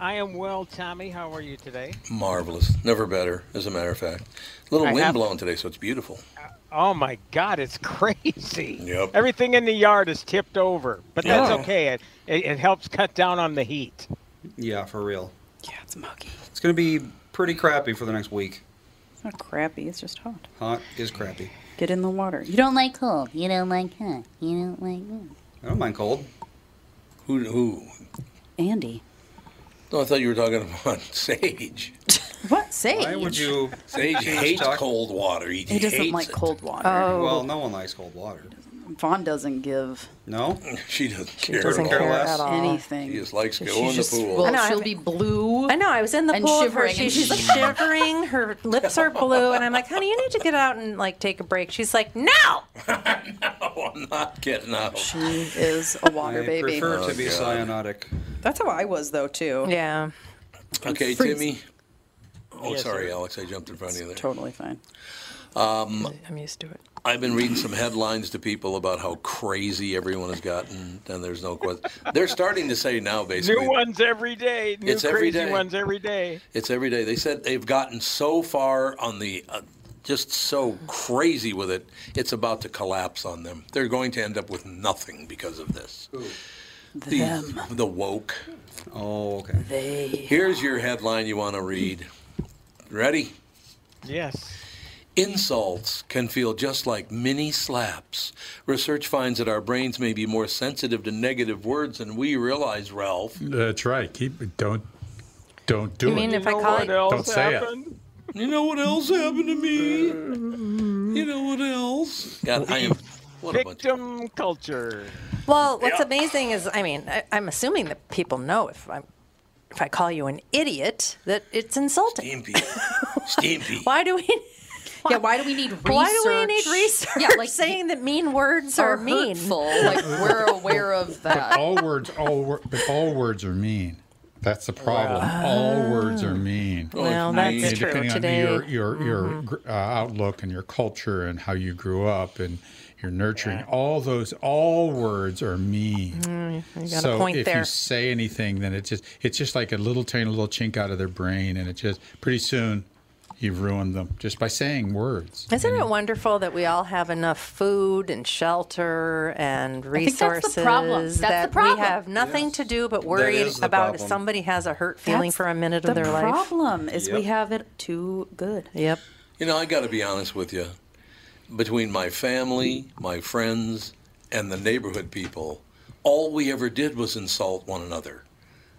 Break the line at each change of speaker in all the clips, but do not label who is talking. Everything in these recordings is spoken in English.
I am well, Tommy. How are you today?
Marvelous. Never better, as a matter of fact. A little
I
wind
have-
blowing today, so it's beautiful.
Oh my God, it's crazy.
Yep.
Everything in the yard is tipped over, but that's
Yeah.
okay. It, it, it helps cut down on the heat.
Yeah, for real.
Yeah, it's muggy.
It's going to be pretty crappy for the next week.
It's not crappy. It's just hot.
Hot is crappy.
Get in the water. You
You
don't.
don't like cold. You don't like hot. You don't like warm.
I don't mind cold.
Who? who?
Andy.
No, I thought you were talking about Sage.
What? Sage.
Why would you?
Sage hates cold water. He,
He doesn't
hates
like
it.
cold water.
Well, no one likes cold water.
Vaughn doesn't give
No?
She doesn't care
doesn't
at all.
Care
care at
less.
all.
anything.
She just likes to
She
go in the
just-
pool.
Well,
I know,
she'll
I'm-
be blue.
I know. I was in the
And
pool with her.
shivering
She,
and
she's like shivering. Her lips are blue, and I'm like, "Honey, you need to get out and like take a break." She's like, "No."
Oh, I'm not getting out. Oh,
She is a water
I
baby.
prefer to be cyanotic.
That's how I was though too.
Yeah.
Okay,
freezing.
Timmy. Oh, sorry, Alex. I jumped in front of you there.
Totally fine.
I'm used to it.
Um, I've been reading some headlines to people about how crazy everyone has gotten, and there's no question. They're starting to say now, basically,
New ones every day. New
It's
crazy
every day.
ones every day.
it's every day. They said they've gotten so far on the, uh, just so crazy with it, it's about to collapse on them. They're going to end up with nothing because of this. The,
Them.
the woke.
Oh, okay.
They.
Here's your headline you want to read. Ready?
Yes.
Insults can feel just like mini slaps. Research finds that our brains may be more sensitive to negative words than we realize, Ralph.
That's right. Keep don't don't do
You mean
it.
if I
know
call
what
it-
else
Don't say it.
happened?
You know what else happened to me? You know what else? God, I am. What a bunch of-
Victim culture.
Well, what's amazing is, I mean, I, I'm assuming that people know if I'm if I call you an idiot that it's insulting.
Stimpy. Stimpy.
Why do we?
Yeah. Why do we need research?
Why do we need research?
Yeah. Like
saying that mean words
are
are mean.
hurtful. Like we're aware of that.
all words all wor- but all words are mean. That's the problem. All words are mean.
Oh, it's
Oh. Well, Mm-hmm.
mean.
that's
And
true
depending on
today.
your your your gr- uh, outlook and your culture and how you grew up and You're nurturing. All those, all words are mean.
Mm-hmm. Mm, You got
so
a point
if
there.
you say anything, then it's just it's just like a little tiny little chink out of their brain, and it just pretty soon you've ruined them just by saying words.
Isn't it wonderful that we all have enough food and shelter and
think
resources?
that's the problem. That's the
that
problem.
we have nothing to do but worry
is the
about if
problem.
somebody has a hurt feeling
That's
for a minute
The
of their life.
problem is we
Yep.
have it too good.
Yep.
You know, I got to be honest with you. Between my family, my friends, and the neighborhood people, all we ever did was insult one another.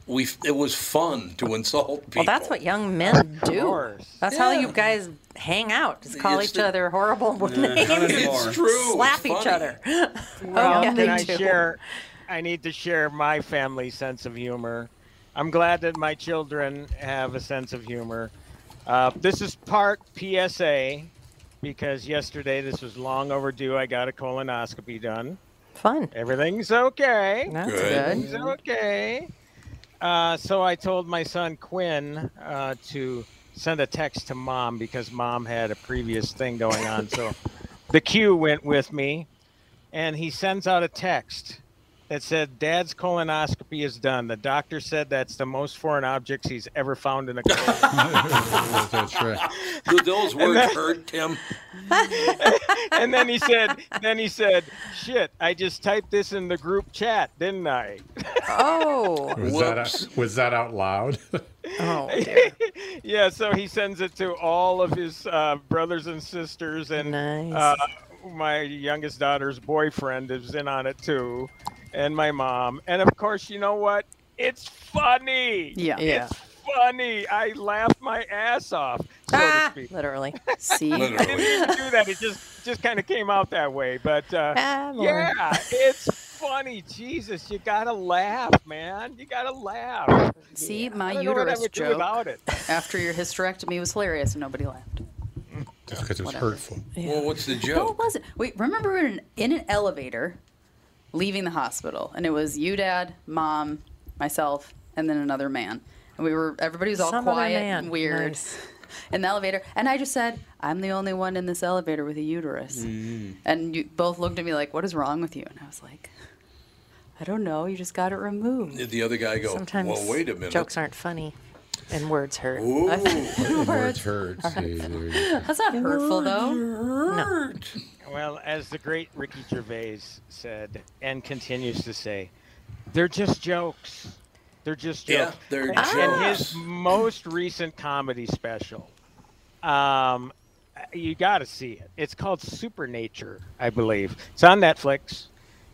We it was fun to insult people.
Well, that's what young men do.
course.
That's how
Yeah.
you guys hang out. Just call
It's
each
the-
other horrible names.
Not anymore.
it's true.
Slap
It's
each
funny.
other.
Well,
Oh, yeah,
can
me
I
too.
share? I need to share my family's sense of humor. I'm glad that my children have a sense of humor. Uh, this is part PSA because yesterday this was long overdue. I got a colonoscopy done.
Fun.
Everything's okay.
That's
Good.
good.
Everything's okay. Uh, so I told my son Quinn uh, to send a text to mom because mom had a previous thing going on. So the cue went with me, and he sends out a text that said, "Dad's colonoscopy is done. The doctor said that's the most foreign objects he's ever found in a colon."
That's right.
Did those words hurt, Tim?
and then he said, "Then he said, shit, I just typed this in the group chat, didn't I?"
Oh.
Was that out, was that out loud?
Oh dear.
Yeah, so he sends it to all of his uh, brothers and sisters, and
Nice.
uh, my youngest daughter's boyfriend is in on it too, and my mom. And of course, you know what? It's funny.
Yeah.
Yeah.
It's funny. I laughed my ass off, so to
Ah,
speak.
literally.
See,
I didn't
Literally.
even do that. It just just kind of came out that way. But uh,
Ah, more.
yeah, it's funny. Jesus, you gotta laugh, man. You gotta laugh.
see,
I
my
don't know what I
uterus
would do
joke
without it.
after your hysterectomy was hilarious and nobody laughed.
just because it was
Whatever.
hurtful.
Well, what's the
No, it
joke?
wasn't. Wait, remember we were in, in an elevator leaving the hospital, and it was you, dad, mom, myself, and then another man. And we were, everybody was all
Some other
quiet
man.
and weird
Nice.
in the elevator. And I just said, I'm the only one in this elevator with a
Mm.
uterus.
Mm-hmm.
And you both looked at me like, what is wrong with you? And I was like, I don't know. You just got it removed.
Did the other guy go?
Sometimes
well, wait a minute.
jokes aren't funny and words hurt.
Ooh,
The words hurt. See, there you go.
That's not hurtful, though.
hurt.
Well, as the great Ricky Gervais said and continues to say, they're just jokes. They're just
Yeah,
jokes.
they're
and, and
jokes.
his most recent comedy special, um, you got to see it. It's called Supernature, I believe. It's on Netflix.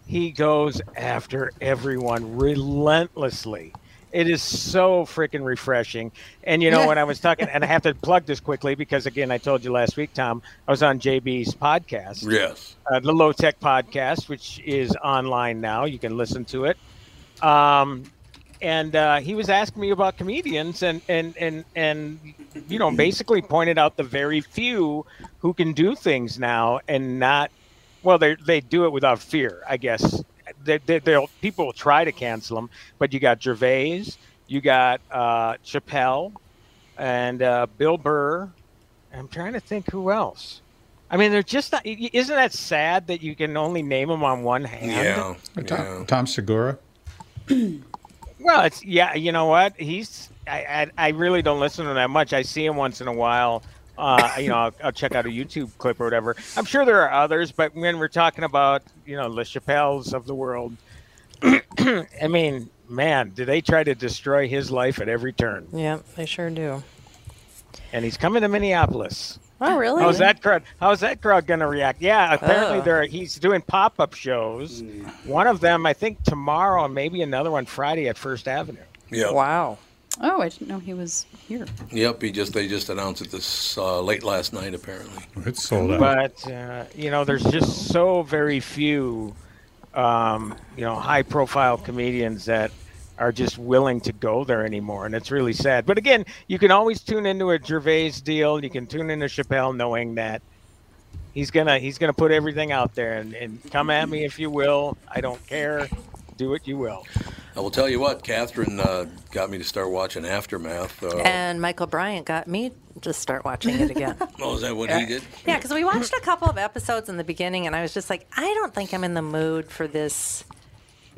He goes after everyone relentlessly. It is so freaking refreshing. And you know, when I was talking, and I have to plug this quickly because, again, I told you last week, Tom, I was on JB's podcast
Yes.
uh, the Low Tech Podcast, which is online now. You can listen to it. Um, and uh, he was asking me about comedians, and and and and you know, basically pointed out the very few who can do things now and not. Well, they they do it without fear, I guess. They, they, they'll people will try to cancel them, but you got Gervais, you got uh, Chappelle, and uh, Bill Burr. I'm trying to think who else. I mean, they're just not. y- y- Isn't that sad that you can only name them on one hand?
Yeah. yeah.
Tom, Tom Segura.
Well, it's yeah. You know what? He's. I, I, I really don't listen to him that much. I see him once in a while. Uh, you know, I'll, I'll check out a YouTube clip or whatever. I'm sure there are others, but when we're talking about you know the Chappelles of the world, I mean, man, do they try to destroy his life at every turn?
Yeah, they sure do.
And he's coming to Minneapolis.
Oh, really?
How's that crowd? How's that crowd gonna react? Yeah, apparently
Oh.
they're he's doing pop up shows. One of them, I think, tomorrow, and maybe another one Friday at First Avenue.
Yep.
Wow.
Oh, I didn't know he was here.
Yep. He just they just announced it this uh, late last night apparently.
It's sold out.
But uh, you know, there's just so very few, um, you know, high profile comedians that are just willing to go there anymore, and it's really sad. But again, you can always tune into a Gervais deal. You can tune into Chappelle, knowing that. He's gonna he's gonna put everything out there and, and come at me if you will. I don't care. Do what you will.
I will
Oh.
tell you what, Catherine uh, got me to start watching Aftermath. Uh,
And Michael Bryant got me just start watching it again.
Oh, is that what he did?
Yeah, because we watched a couple of episodes in the beginning, and I was just like, I don't think I'm in the mood for this,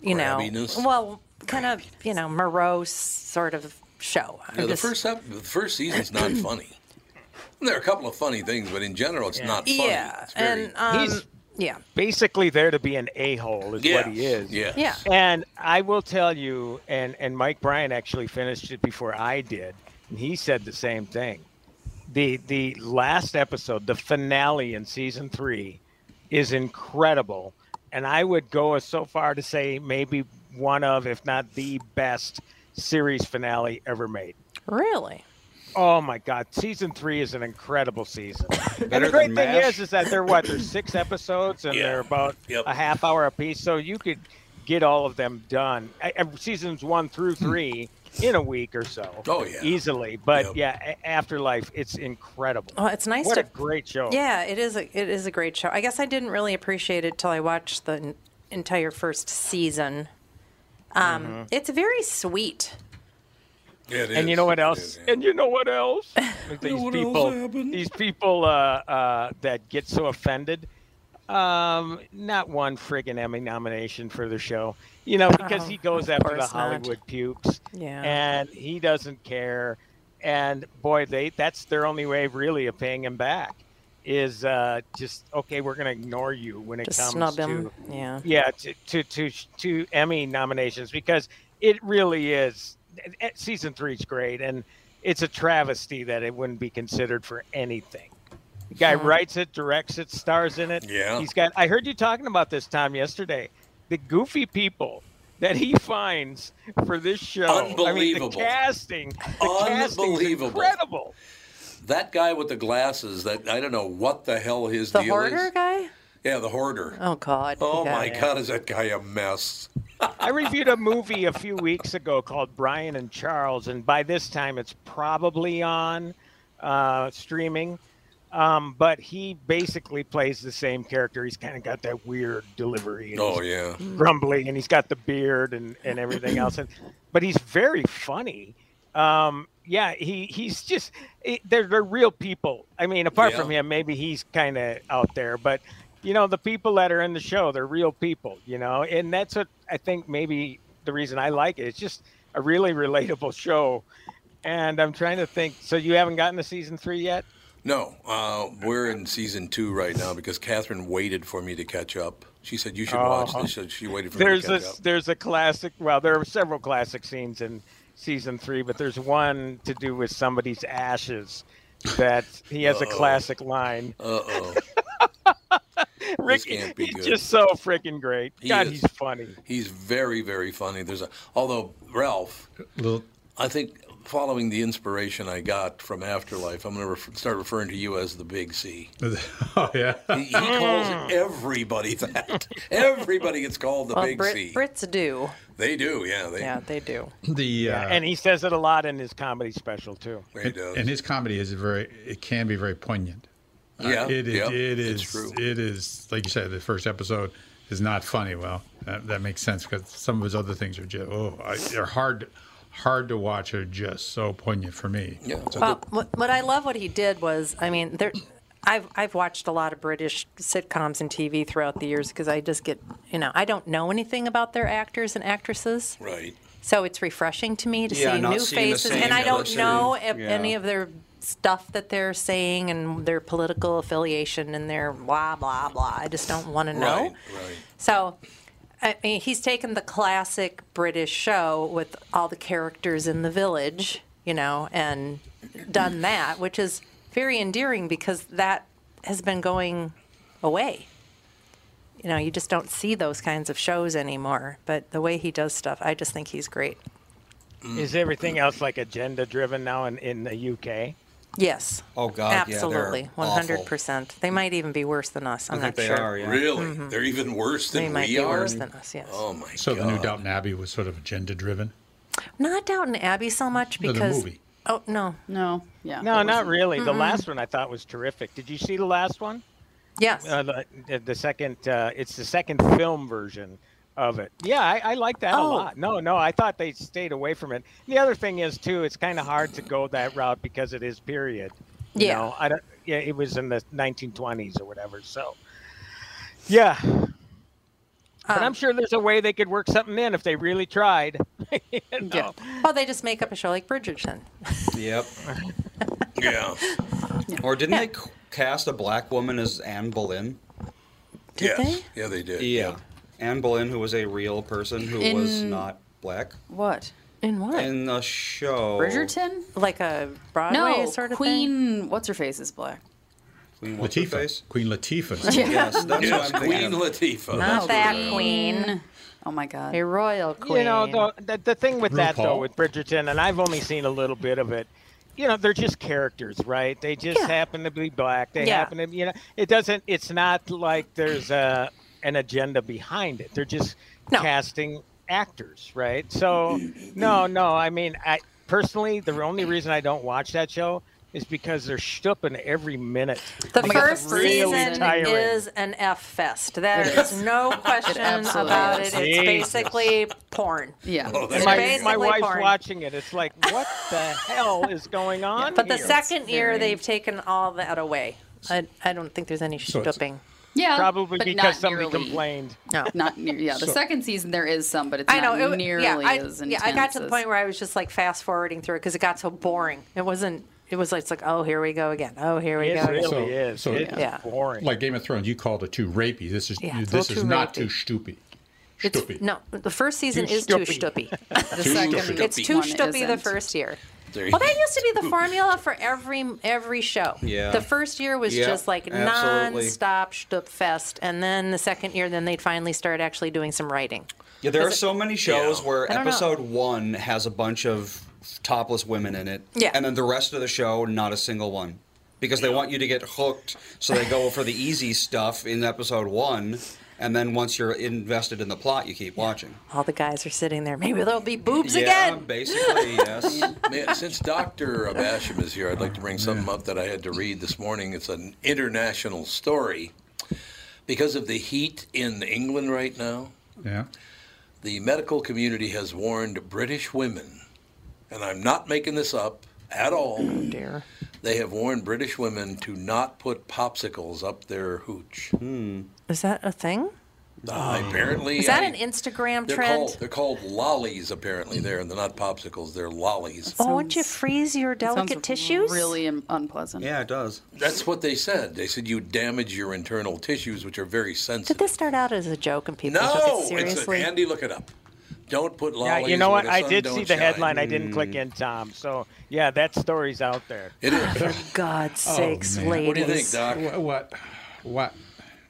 you
Grabbiness?
know, well, kind of, you know, morose sort of show. I'm
Yeah, the
just-
first ep- the first season's not funny. There are a couple of funny things, but in general, it's not funny.
yeah,
It's very-
and um,
He's-
yeah,
Basically, there to be an a hole is what he is.
Yes.
yeah.
And I will tell you, and, and Mike Bryan actually finished it before I did, and he said the same thing. The the last episode, the finale in season three, is incredible. And I would go as so far to say maybe one of, if not the best series finale ever made.
Really?
Oh my God! Season three is an incredible season. and
Better
the great
than
thing
MASH?
is, is that they're what? There's six episodes, and
Yeah.
they're about
Yep.
a half hour apiece, so you could get all of them done. I, I- seasons one through three in a week or so.
Hmm. Oh, yeah.
easily. But
Yep.
yeah, A- Afterlife, it's incredible.
Well, Oh, it's nice
what
to
a great show.
Yeah, it is. A, it is a great show. I guess I didn't really appreciate it till I watched the n- entire first season. Um,
Mm-hmm.
It's very sweet.
Yeah, it
And you
is.
know what
It
else?
is, yeah.
And you know what else? these people, these people uh, uh, that get so offended. Um, not one friggin' Emmy nomination for the show, you know, because
Oh,
he goes
of
after the
course not.
Hollywood pukes,
Yeah.
and he doesn't care. And boy, they—that's their only way, really, of paying him back, is uh, just okay. We're gonna ignore you when it
Just
comes
snub him.
to
Yeah.
yeah to to to, to emmy nominations because it really is eh, season three's great and it's a travesty that it wouldn't be considered for anything the guy writes it directs it stars in it
Yeah.
he's got i heard you talking about this tom yesterday the goofy people that he finds for this show I mean, the
Unbelievable.
casting the casting's
Unbelievable.
incredible
That guy with the glasses, that I don't know what the hell his
The
deal
hoarder
is.
guy.
Yeah, the hoarder.
Oh God.
Oh
Yeah.
my God, is that guy a mess?
I reviewed a movie a few weeks ago called Brian and Charles, and by this time it's probably on uh, streaming. Um, but he basically plays the same character. He's kind of got that weird delivery. and
Oh
he's
yeah,
grumbly, and he's got the beard and, and everything else. And, but he's very funny. Um, yeah, he he's just it, they're they're real people. I mean, apart from
Yeah.
him, maybe he's kind of out there, but you know, the people that are in the show, they're real people. You know, and that's what I think maybe the reason I like it. It's just a really relatable show. And I'm trying to think. So you haven't gotten to season three yet?
no, uh, we're in season two right now because Catherine waited for me to catch up. She said you should watch
Oh.
this. so She waited for
there's
me to
a
catch up.
there's a classic. Well, there are several classic scenes in season three, but there's one to do with somebody's ashes. That he has a classic line.
Uh oh,
Rick,
can't be
he's
good.
just so freaking great.
He
God,
is.
he's funny.
he's very very funny. There's a although Ralph,
Little,
I think following the inspiration I got from Afterlife, I'm going to ref- start referring to you as the Big C.
oh yeah.
He, he
Hmm.
calls everybody that. Everybody gets called the
Well,
Big
Brit-
C.
Brits do.
They do, yeah. They,
Yeah, they do.
The uh,
And he says it a lot in his comedy special too.
they do.
and his comedy is very. It can be very poignant. Uh,
yeah,
it, it,
yeah,
it is.
It's true.
It is like you said. The first episode is not funny. Well, that, that makes sense because some of his other things are just oh, I, they're hard, hard to watch. Are just so poignant for me.
yeah.
Well, what, what I love what he did was, I mean, there, I've I've watched a lot of British sitcoms and TV throughout the years because I just get, you know, I don't know anything about their actors and actresses,
right.
so it's refreshing to me to
Yeah,
see
not
new
seeing the
faces,
same
and I don't
person.
know if
Yeah.
any of their stuff that they're saying and their political affiliation and their blah blah blah. I just don't want to know.
Right, right.
So, I mean, he's taken the classic British show with all the characters in the village, you know, and done that, which is very endearing because that has been going away. You know, you just don't see those kinds of shows anymore. But the way he does stuff, I just think he's great.
Mm.
Is everything else like agenda driven now in, in the UK?
Yes.
Oh, God, yeah, they're
Absolutely.
awful.
100%. They might even be worse than us. I'm
think
not
they
sure.
are, yeah.
Really? They're even worse than
Mm-hmm. They might
we
be
are.
worse than us, yes.
oh my
So
god.
the new Downton Abbey was sort of agenda driven.
Not Downton Abbey so much
No, the
because.
movie.
Oh, no.
No, yeah.
No, not really. The last one I thought was terrific. Did you see the last one?
Yes.
Uh, the, the second, uh, it's the second film version of it. Yeah, I, I like that
Oh.
a lot. No, no, I thought they stayed away from it. The other thing is too, it's kind of hard to go that route because it is period. You
Yeah.
know, I don't. Yeah, it was in the 1920s or whatever. So, yeah.
Um.
But I'm sure there's a way they could work something in if they really tried. You know?
Oh, they just make up a show like Bridgerton.
Yep.
Yeah.
Or didn't they c- cast a black woman as Anne Boleyn?
yes.
they?
Yeah, they did.
Anne Boleyn, who was a real person who was not black.
What?
In what?
In the show.
Bridgerton?
like a Broadway
No,
sort of thing.
Queen. What's her face is black.
Queen what's her
Latifah.
face?
Queen Latifah.
Yes, that's
Yes,
what I'm
Queen
thinking of.
Latifah.
Not
That's
that
what it is.
queen.
Oh my God.
A royal queen.
You know, though, the, the thing with that though
RuPaul.
with Bridgerton, and I've only seen a little bit of it. You know, they're just characters, right? They just
Yeah.
happen to be black. They
Yeah.
happen to, you know, it doesn't. It's not like there's a an agenda behind it. They're just
No.
casting actors, right? So, no, no. I mean, I personally, the only reason I don't watch that show is because they're shtupping every minute.
The
Oh my God,
first
it's really
season
tiring.
is an F fest. There is no question
absolutely
about
is.
it. It's
Jesus.
basically porn.
Yeah.
Oh,
It's
that's
My,
amazing.
my
basically
wife's
porn.
watching it. It's like, what the hell is going on?
But the
here?
second year, they've taken all that away. I, I don't think there's any
it's-
stooping.
yeah.
probably
but
because
not
somebody
nearly-
complained.
No.
Not near. Yeah. The second season there is some, but it's
I know.
not
It,
nearly
yeah, I,
as intense.
yeah, I got to the
as-
point where I was just like fast forwarding through it because it got so boring. It wasn't. It was like, it's like, oh, here we go again. Oh, here we
It
go.
really
again.
So-
is.
so-
it's
Yeah.
boring.
Like Game of Thrones, you called it too rapey. This is
Yeah, it's a
this is
little too
not
rapey.
too stoopy.
It's
Stoopy.
no. The first season
Too
is too
stoopy.
stoopy.
The second
It's too
one
stoopy the
isn't.
first year.
There you
Well, that used to be the formula for every every show.
Yeah.
The first year was
Yeah,
just like
absolutely.
nonstop Stup fest, and then the second year, then they'd finally start actually doing some writing.
Yeah, there are so many shows
Yeah.
where
I don't know.
episode one has a bunch of topless women in it.
Yeah.
And then the rest of the show, not a single one. Because they want you to get hooked, so they go for the easy stuff in episode one, and then once you're invested in the plot, you keep watching.
All the guys are sitting there. Maybe there'll be boobs
yeah,
again.
basically, yes.
Man, since Dr. Basham is here, I'd like to bring something up that I had to read this morning. It's an international story. Because of the heat in England right now,
Yeah.
the medical community has warned British women, and I'm not making this up at all.
Dear.
They have warned British women to not put popsicles up their hooch.
Is that a thing?
Uh, apparently,
Is that
I-
an Instagram
they're
trend?
Called, they're called lollies, apparently. There, and they're not popsicles. They're lollies.
oh, won't you freeze your
Sounds
delicate tissues?
Really un- unpleasant.
Yeah, it does.
That's what they said. They said you damage your internal tissues, which are very sensitive.
Did this start out as a joke and people
No,
took it
it's a,
seriously?
Andy. Look it up. Don't put
Yeah,
lollies.
you know
where
what?
the
I
sun
did
don't
see the
shine. Hmm.
headline. I didn't click in, Tom. So yeah, that story's out there. Oh,
It is.
God's sakes,
man.
ladies.
what do you think, Doc?
What? What? what?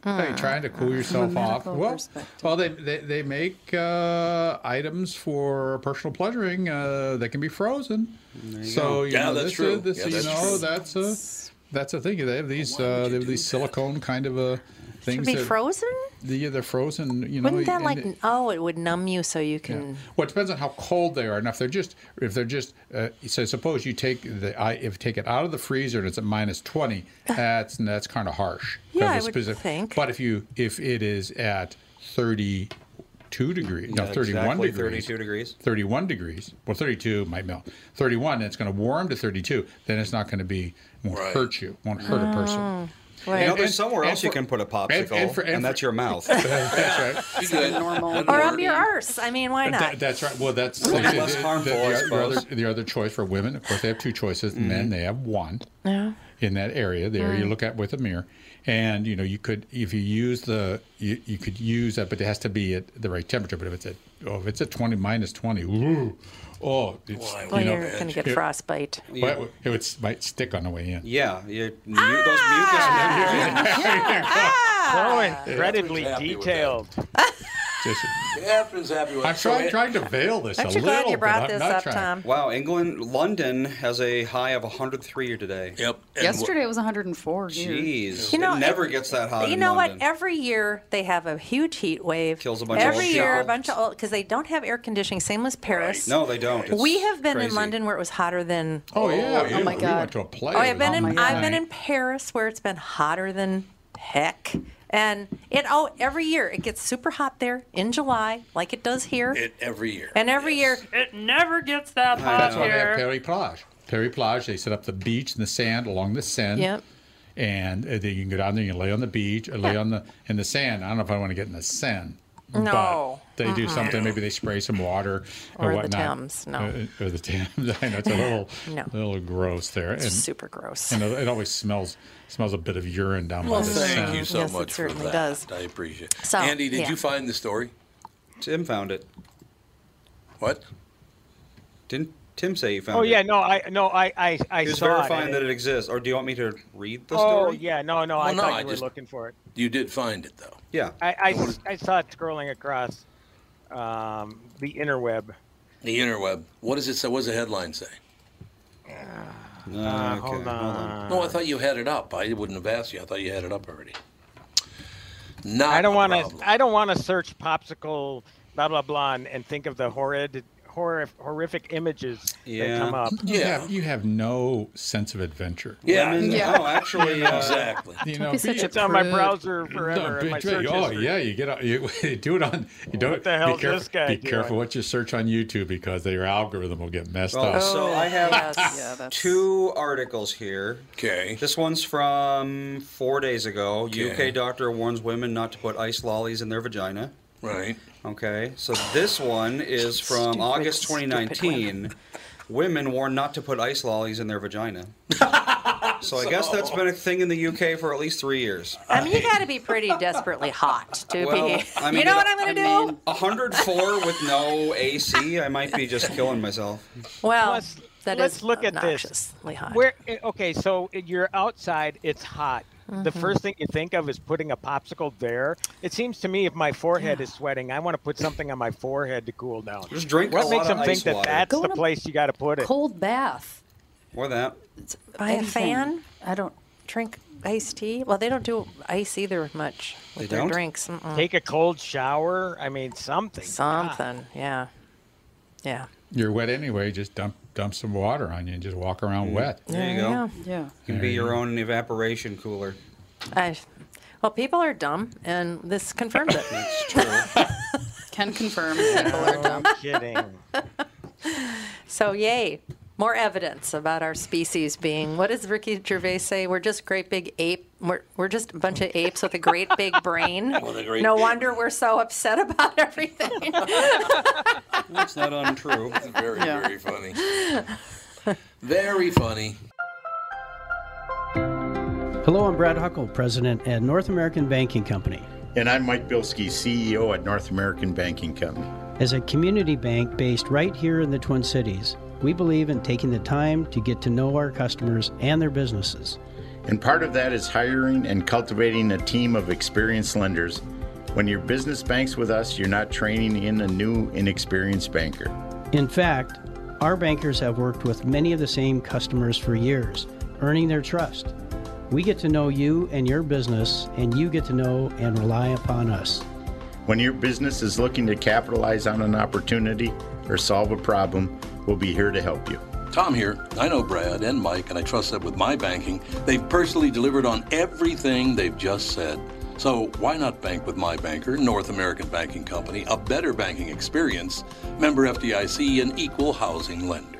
Hmm.
Are you trying to
Uh,
cool yourself off? Well, well, they they, they make uh, items for personal pleasuring uh, that can be frozen. so you
Yeah,
know,
that's
this
true.
Is, this,
Yeah,
you
that's
know,
true.
that's a that's a thing. They have these uh, they have these silicone kind of uh,
Should
things.
be
that-
frozen?
Yeah, they're frozen. You know,
Wouldn't that
and
like?
it-
oh, it would numb you so you
Yeah.
can.
Well, it depends on how cold they are. And if they're just, if they're just, uh, so suppose you take the, I, if you take it out of the freezer and it's at minus twenty, that's that's kind of harsh. 'Cause
Ah. Yeah, I
it's
would
specific-
think.
But if you, if it is at thirty-two degrees, no,
Yeah,
thirty-one
exactly,
degrees,
32 degrees.
31 degrees. Well, 32 might melt. 31, and it's going to warm to 32. Then it's not going to be, won't
Right.
hurt you, won't hurt a
Mm.
person.
You know,
And-
there's
and-
somewhere
and
else you
for-
can put a popsicle,
and-
and,
and for- and
that's
for-
your mouth.
That's right.
You good?
normal.
Good
Or
word.
up your arse. I mean, why not?
That, that's right. Well, that's
Less
the- the-
harmful,
the,
I
the other,
suppose. Mm-hmm.
the other choice for women. Of course, they have two choices. Men, they have one. In that area, the
Mm.
area you look at with a mirror, and you know you could if you use the you, you could use that, but it has to be at the right temperature. But if it's at oh if it's at twenty minus twenty, ooh, oh, it's,
Why
Well,
would
you know,
you're going to get
it-
frostbite.
well, it would- it would, might stick on the way in.
yeah, you, you, those
Ah.
mucus.
So incredibly
Happy with that.
detailed.
Just-
Mm. Catherine's happy with
I'm
it. So
trying
it-
trying to veil this
Aren't
a
you
little
glad you
bit.
brought
I'm
this
not
up,
trying-
Tom?
Wow, England, London has a high of 103 today.
Yep. and
Yesterday it was 104 here.
Jeez,
You know,
it never
it-
gets that hot.
You
in
know what?
London.
Every year they have a huge heat wave.
Kills a bunch of
Every
old
year,
people.
a bunch of old because they don't have air conditioning. Same as Paris.
No, they don't. It's
we have been in
crazy.
London where it was hotter than.
Oh yeah,
Oh, my
we
God.
went to a play.
Oh, I've been in.
my
I've been in Paris where it's been hotter than heck. And it oh every year it gets super hot there in July, like it does here.
It every year.
and every year it never gets that hot
That's why they have
here.
Perry Plage. Perry Plage, they set up the beach and the sand along the sand.
Yep.
And uh, then you can go down there, you can lay on the beach or lay on the in the sand. I don't know if I want to get in the sand.
No. Uh-uh.
But they do something. Maybe they spray some water
Or
or
the
whatnot.
Thames, no.
Uh, or the Thames. I know it's a little,
No.
little gross there. And,
Super gross.
and it always smells smells a bit of urine down by the
Thank
sand.
you so
Yes, it
much for
certainly
that.
does.
I appreciate it.
So,
Andy, did
yeah.
you find the story?
Tim found it.
What?
Didn't Tim say you found
Oh
it?
yeah, no, I no, I I, I
He was
saw it.
verifying that it exists. Or do you want me to read the
oh
story?
yeah, no, no, I
Well, no,
thought you
I
were
just-
looking for it.
You did find it though.
Yeah.
I, I, I saw it scrolling across um, the interweb.
The interweb. What does it say? What does the headline say?
Ah.
Uh,
Uh,
okay,
hold, on.
No, I thought you had it up. I wouldn't have asked you. I thought you had it up already. Not
I don't want
problem.
to. I don't want to search popsicle, blah blah blah, and, and think of the horrid, horror, horrific images
Yeah.
that come up.
You,
Yeah.
have, you have no sense of adventure.
Yeah.
Lemon-
Yeah.
Oh, actually, uh,
Exactly.
You know,
He's
be
such a
it-
It's on my
prude.
browser forever.
No,
and my
be-
search
oh
history.
yeah, you get on- you, you do it on. You don't.
the hell
be
is
careful,
this guy
Be
doing?
careful what you search on YouTube because their algorithm will get messed
well,
up.
Oh, so I have
Oh, yes.
Yeah, that's
two articles here.
Okay.
This one's from four days ago.
Okay.
UK doctor warns women not to put ice lollies in their vagina.
Right.
Okay, so this one is from
Stupid,
August
stupid
2019. Women warned not to put ice lollies in their vagina. so I guess that's been a thing in the UK for at least three years.
I mean, you got to be pretty desperately hot to
Well,
be.
I mean,
you know what I'm going to
I
do?
mean,
104 with no AC, I might be just killing myself.
well,
Let's-
that
let's
is
look at this.
obnoxiously hot.
Where eh, okay, so you're outside, it's hot. The
Mm-hmm.
first thing you think of is putting a popsicle there. It seems to me if my forehead is sweating, I want to put something on my forehead to cool down.
Just drink a
What
lot
makes
of
them
ice
think that
water.
that's
Go
the
in a
place you got to put it?
Cold bath.
Or that.
Buy a
Anything.
fan,
I don't.
drink iced tea. Well, they don't do ice either much with
They
their
don't?
drinks. Mm-mm.
Take a cold shower. I mean, something. Ah.
Something, yeah, yeah.
You're wet anyway. Just dump dump some water on you and just walk
Mm.
around wet.
There you
Yeah.
go.
Yeah.
You can be your own evaporation cooler.
I, well, people are dumb, and this confirms it.
It's true.
Can confirm people are dumb.
No kidding.
So, yay, more evidence about our species being. What does Ricky Gervais say? We're just great big ape. We're, we're just a bunch of apes with a great big brain.
a great
no
big
wonder we're so upset about everything.
That's not untrue.
Very,
Yeah.
very funny. Very funny.
Hello, I'm Brad Huckle, president at North American Banking Company.
And I'm Mike Bilski, CEO at North American Banking Company.
As a community bank based right here in the Twin Cities, we believe in taking the time to get to know our customers and their businesses.
And part of that is hiring and cultivating a team of experienced lenders. When your business banks with us, you're not training in a new, inexperienced banker.
In fact, our bankers have worked with many of the same customers for years, earning their trust. We get to know you and your business, and you get to know and rely upon us.
When your business is looking to capitalize on an opportunity or solve a problem, we'll be here to help you.
Tom here. I know Brad and Mike, and I trust that with my banking, they've personally delivered on everything they've just said. So why not bank with my banker, North American Banking Company, a better banking experience, member FDIC, and equal housing lender.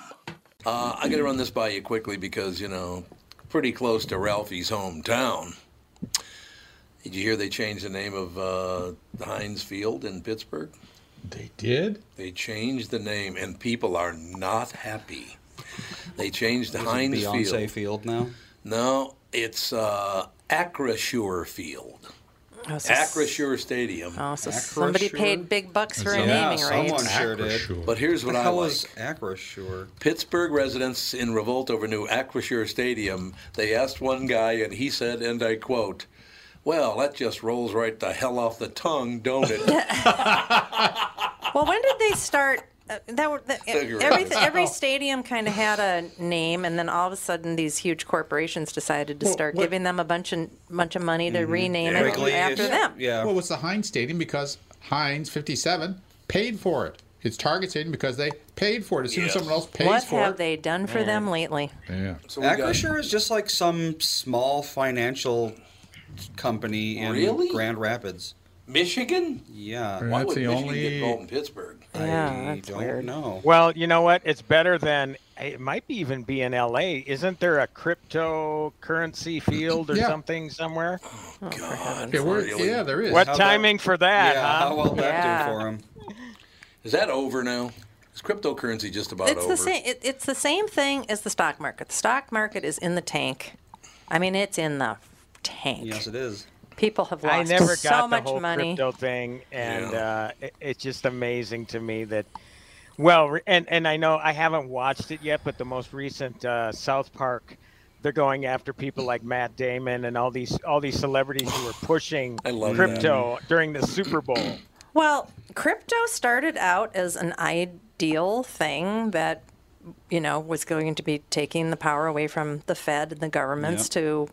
Uh, I got to run this by you quickly because, you know, pretty close to Ralphie's hometown. Did you hear they changed the name of uh, Heinz Field in Pittsburgh?
They did.
They changed the name, and people are not happy. They changed the Heinz
Beyonce
Field.
field. now.
No, it's uh, Acrisure Field.
Oh, so s-
Acrisure Stadium.
oh, so
Acro
somebody
sure?
paid big bucks for a
Yeah,
naming
someone-
rights.
Sure did.
Sure.
But here's what I
How
like.
was Acra sure?
Pittsburgh residents in revolt over new Acrisure Stadium. They asked one guy, and he said, and I quote, Well, that just rolls right the hell off the tongue, don't it?
Well, when did they start? Uh, that were the,
Cigarettes.
every every stadium kind of had a name, and then all of a sudden, these huge corporations decided to
Well,
start
what-
giving them a bunch of bunch of money to
Mm-hmm.
rename it after them.
Yeah.
Well, it's the Heinz Stadium because Heinz 57 paid for it. It's Target Stadium because they paid for it. As soon as
Yes.
someone else pays
What
for
have
it.
they done for them lately?
Yeah.
So Mm. Acrisure is just like some small financial company in
Really?
Grand Rapids.
Michigan?
Yeah.
Why would Michigan get involved in Pittsburgh?
Yeah, I that's don't weird. know.
Well, you know what? It's better than it might be even be in L.A. Isn't there a cryptocurrency field or
Yeah.
something somewhere?
Oh,
Yeah, we're- yeah, there is.
What
How about-
timing for that?
Yeah,
huh?
how will that do for him?
Is that over now? Is cryptocurrency just about
It's
over?
the same. It, it's the same thing as the stock market. The stock market is in the tank. I mean, it's in the tank.
Yes, it is.
People have lost
I never got
so
the
much
whole
money.
crypto thing, and
Yeah.
uh, it, it's just amazing to me that. Well, re- and and I know I haven't watched it yet, but the most recent uh, South Park, they're going after people like Matt Damon and all these all these celebrities who were pushing
love that.
crypto during the Super Bowl.
Well, crypto started out as an ideal thing that, you know, was going to be taking the power away from the Fed and the governments
Yeah.
to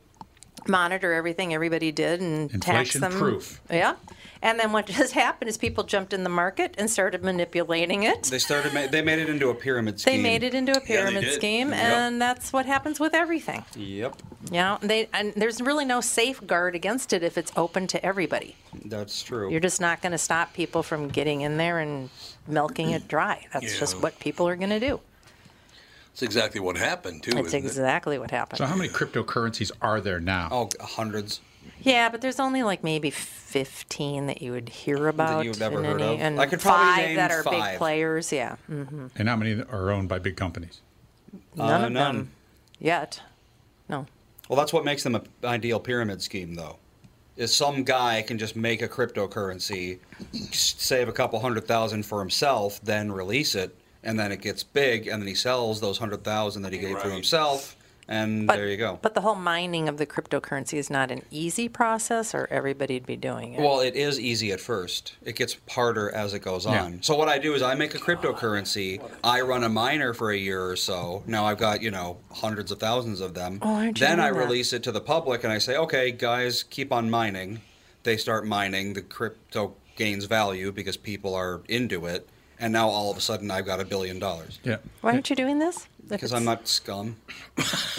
monitor everything everybody did and
Inflation
tax them.
proof.
Yeah. And then what has happened is people jumped in the market and started manipulating it.
They started. Ma- they made it into a pyramid scheme.
They made it into a pyramid
did.
scheme,
Yep.
and that's what happens with everything.
Yep,
You know, they and there's really no safeguard against it if it's open to everybody.
that's true.
You're just not going to stop people from getting in there and milking it dry. That's just
Yeah.
what people are going to do.
It's exactly what happened too.
That's
isn't it?
exactly what happened.
So, how many cryptocurrencies are there now?
Oh, hundreds.
yeah, but there's only like maybe 15 that you would hear about.
you've never
in
heard
any-
of.
And
I could probably
five
name
that are
five.
big players. Yeah. hmm
And how many are owned by big companies?
None
Uh,
of
none.
them yet. No.
Well, that's what makes them an ideal pyramid scheme, though. Is some guy can just make a cryptocurrency, save a couple hundred thousand for himself, then release it, and then it gets big, and then he sells those hundred thousand that he gave to himself, and there you go.
But the whole mining of the cryptocurrency is not an easy process, or everybody'd be doing it.
Well, it is easy at first. It gets harder as it goes on. So what I do is I make a cryptocurrency. I run a miner for a year or so. Now I've got you know hundreds of thousands of them.
Oh, aren't you
then I
doing that?
release it to the public and I say, okay, guys, keep on mining. They start mining. The crypto gains value because people are into it. And now all of a sudden I've got a billion dollars
Yeah.
Why aren't you doing this? If
because
it's-
I'm not scum.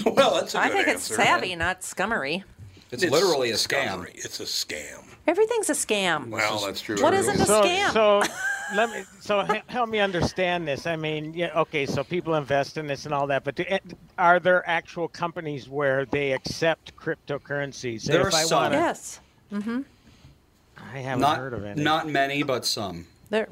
well, that's a
I
good
think
answer.
it's savvy, not scummery.
It's, literally a scam.
scummery. It's a scam.
Everything's a scam.
Well, that's true.
What isn't a
so,
scam?
So let me so he- help me understand this. I mean, yeah, okay, so people invest in this and all that, but do, eh, are there actual companies where they accept cryptocurrencies?
There are
If I
some.
wanna-
Yes. Mm-hmm.
I haven't
not
heard of any.
not many, but some.
There,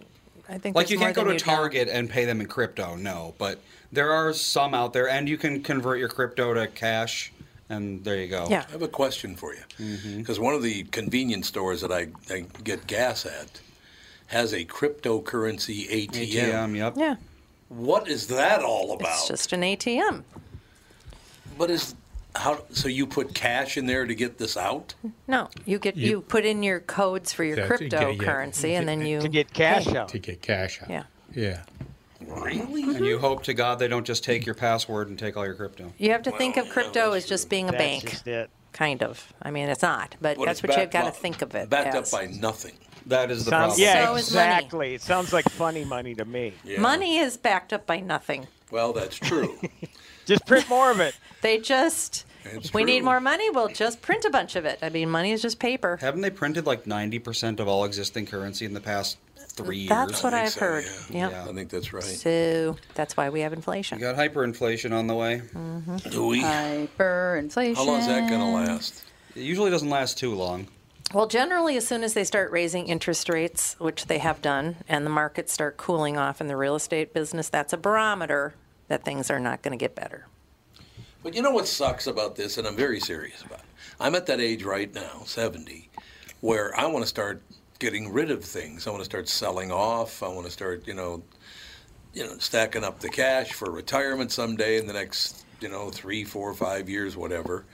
I think.
like
there's
you can't
more
go
than
to
you
Target and pay them in crypto, no. But there are some out there, and you can convert your crypto to cash, and there you go.
Oh, I have a question for you. Because one of the convenience stores that I, I get gas at has a cryptocurrency ATM.
ATM, yep.
Yeah.
What is that all about?
It's just an ATM.
But is how so you put cash in there to get this out?
No, you get you,
You-
put in your codes for your
Yeah, to get- yeah,
cryptocurrency, and then you pay.
To get cash out.
Yeah.
Yeah.
Really? And you hope to God they don't just take your password and take all your crypto.
Mm-hmm. You have to think of crypto as just being a
That's
bank,
just
kind of. I mean, it's not, but, that's what you've got to think of it. as.
nothing.
That is the
Sounds-
problem.
Yeah,
So is money.
exactly. It sounds like funny money to me.
Money is backed up by nothing.
Well, that's true.
Just print more of it.
They just,
It's
we need
true.
more money. We'll just print a bunch of it. I mean, money is just paper.
Haven't they printed like 90% of all existing currency in the past three years?
That's what I've heard. Yep.
Yeah.
I think that's right.
So that's why we have inflation.
You got hyperinflation on the way.
Mhm.
Do we?
Hyperinflation.
How long is that going to last? It usually doesn't last too long.
Well, generally, as soon as they start raising interest rates, which they have done, and the markets start cooling off in the real estate business, that's a barometer that things are not going to get better.
But you know what sucks about this, and I'm very serious about it. I'm at that age right now, 70, where I want to start getting rid of things. I want to start selling off. I want to start, you know, you know, stacking up the cash for retirement someday in the next, you know, three, four, five years, whatever.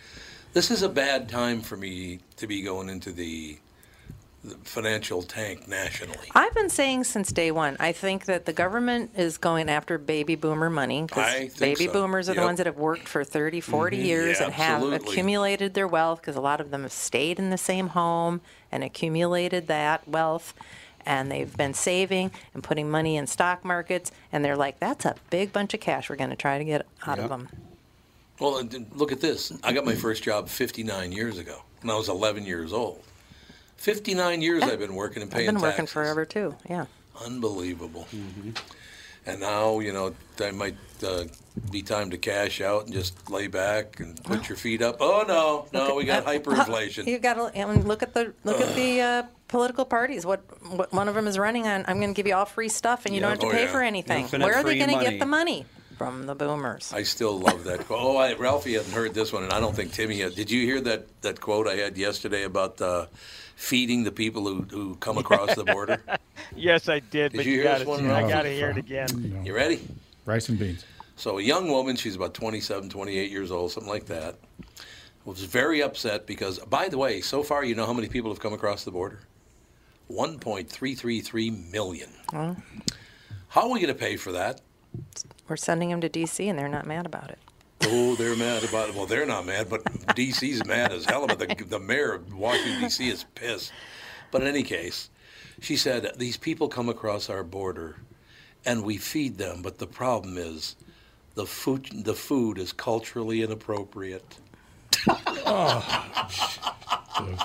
This is a bad time for me to be going into the, the financial tank nationally.
I've been saying since day one, I think that the government is going after baby boomer money
I
because
think
baby
so.
boomers are the
Yep.
ones that have worked for 30, 40
Mhm.
years
Yeah,
and have
absolutely.
accumulated their wealth because a lot of them have stayed in the same home and accumulated that wealth. And they've been saving and putting money in stock markets. And they're like, that's a big bunch of cash we're going to try to get out of
Yep.
them.
Well, and then look at this. I got my first job 59 years ago when I was 11 years old. 59 years I've been working and
I've
paying
been working
tax.
forever too. Yeah.
Unbelievable. And now, you know, it might uh, be time to cash out and just lay back and put your feet up. Oh, no, no, we
Uh,
got hyperinflation.
You got to and look at the look at the uh, political parties. What, what one of them is running on? I'm going to give you all free stuff, and you
Yeah.
don't have
Oh,
to pay
yeah.
for anything.
Infinite
Where are they
free
going to
money.
get the money from the boomers?
I still love that quote. Oh, I, Ralphie hadn't heard this one, and I don't think Timmy had. Did you hear that, that quote I had yesterday about uh, feeding the people who, who come across the border?
Yes, I did.
Did
but
you hear
gotta,
this one,
I
Ralph?
got to hear it again.
You ready?
Rice and beans.
So a young woman, she's about 27, 28 years old, something like that, was very upset because, by the way, so far you know how many people have come across the border? 1.333 million.
Well,
How are we going to pay for that?
we're sending them to D.C. and they're not mad about it.
Oh, they're mad about it. Well, they're not mad, but D.C.'s mad as hell. But the, the mayor of Washington, D.C. is pissed. But in any case, she said, these people come across our border and we feed them, but the problem is the food, the food is culturally inappropriate.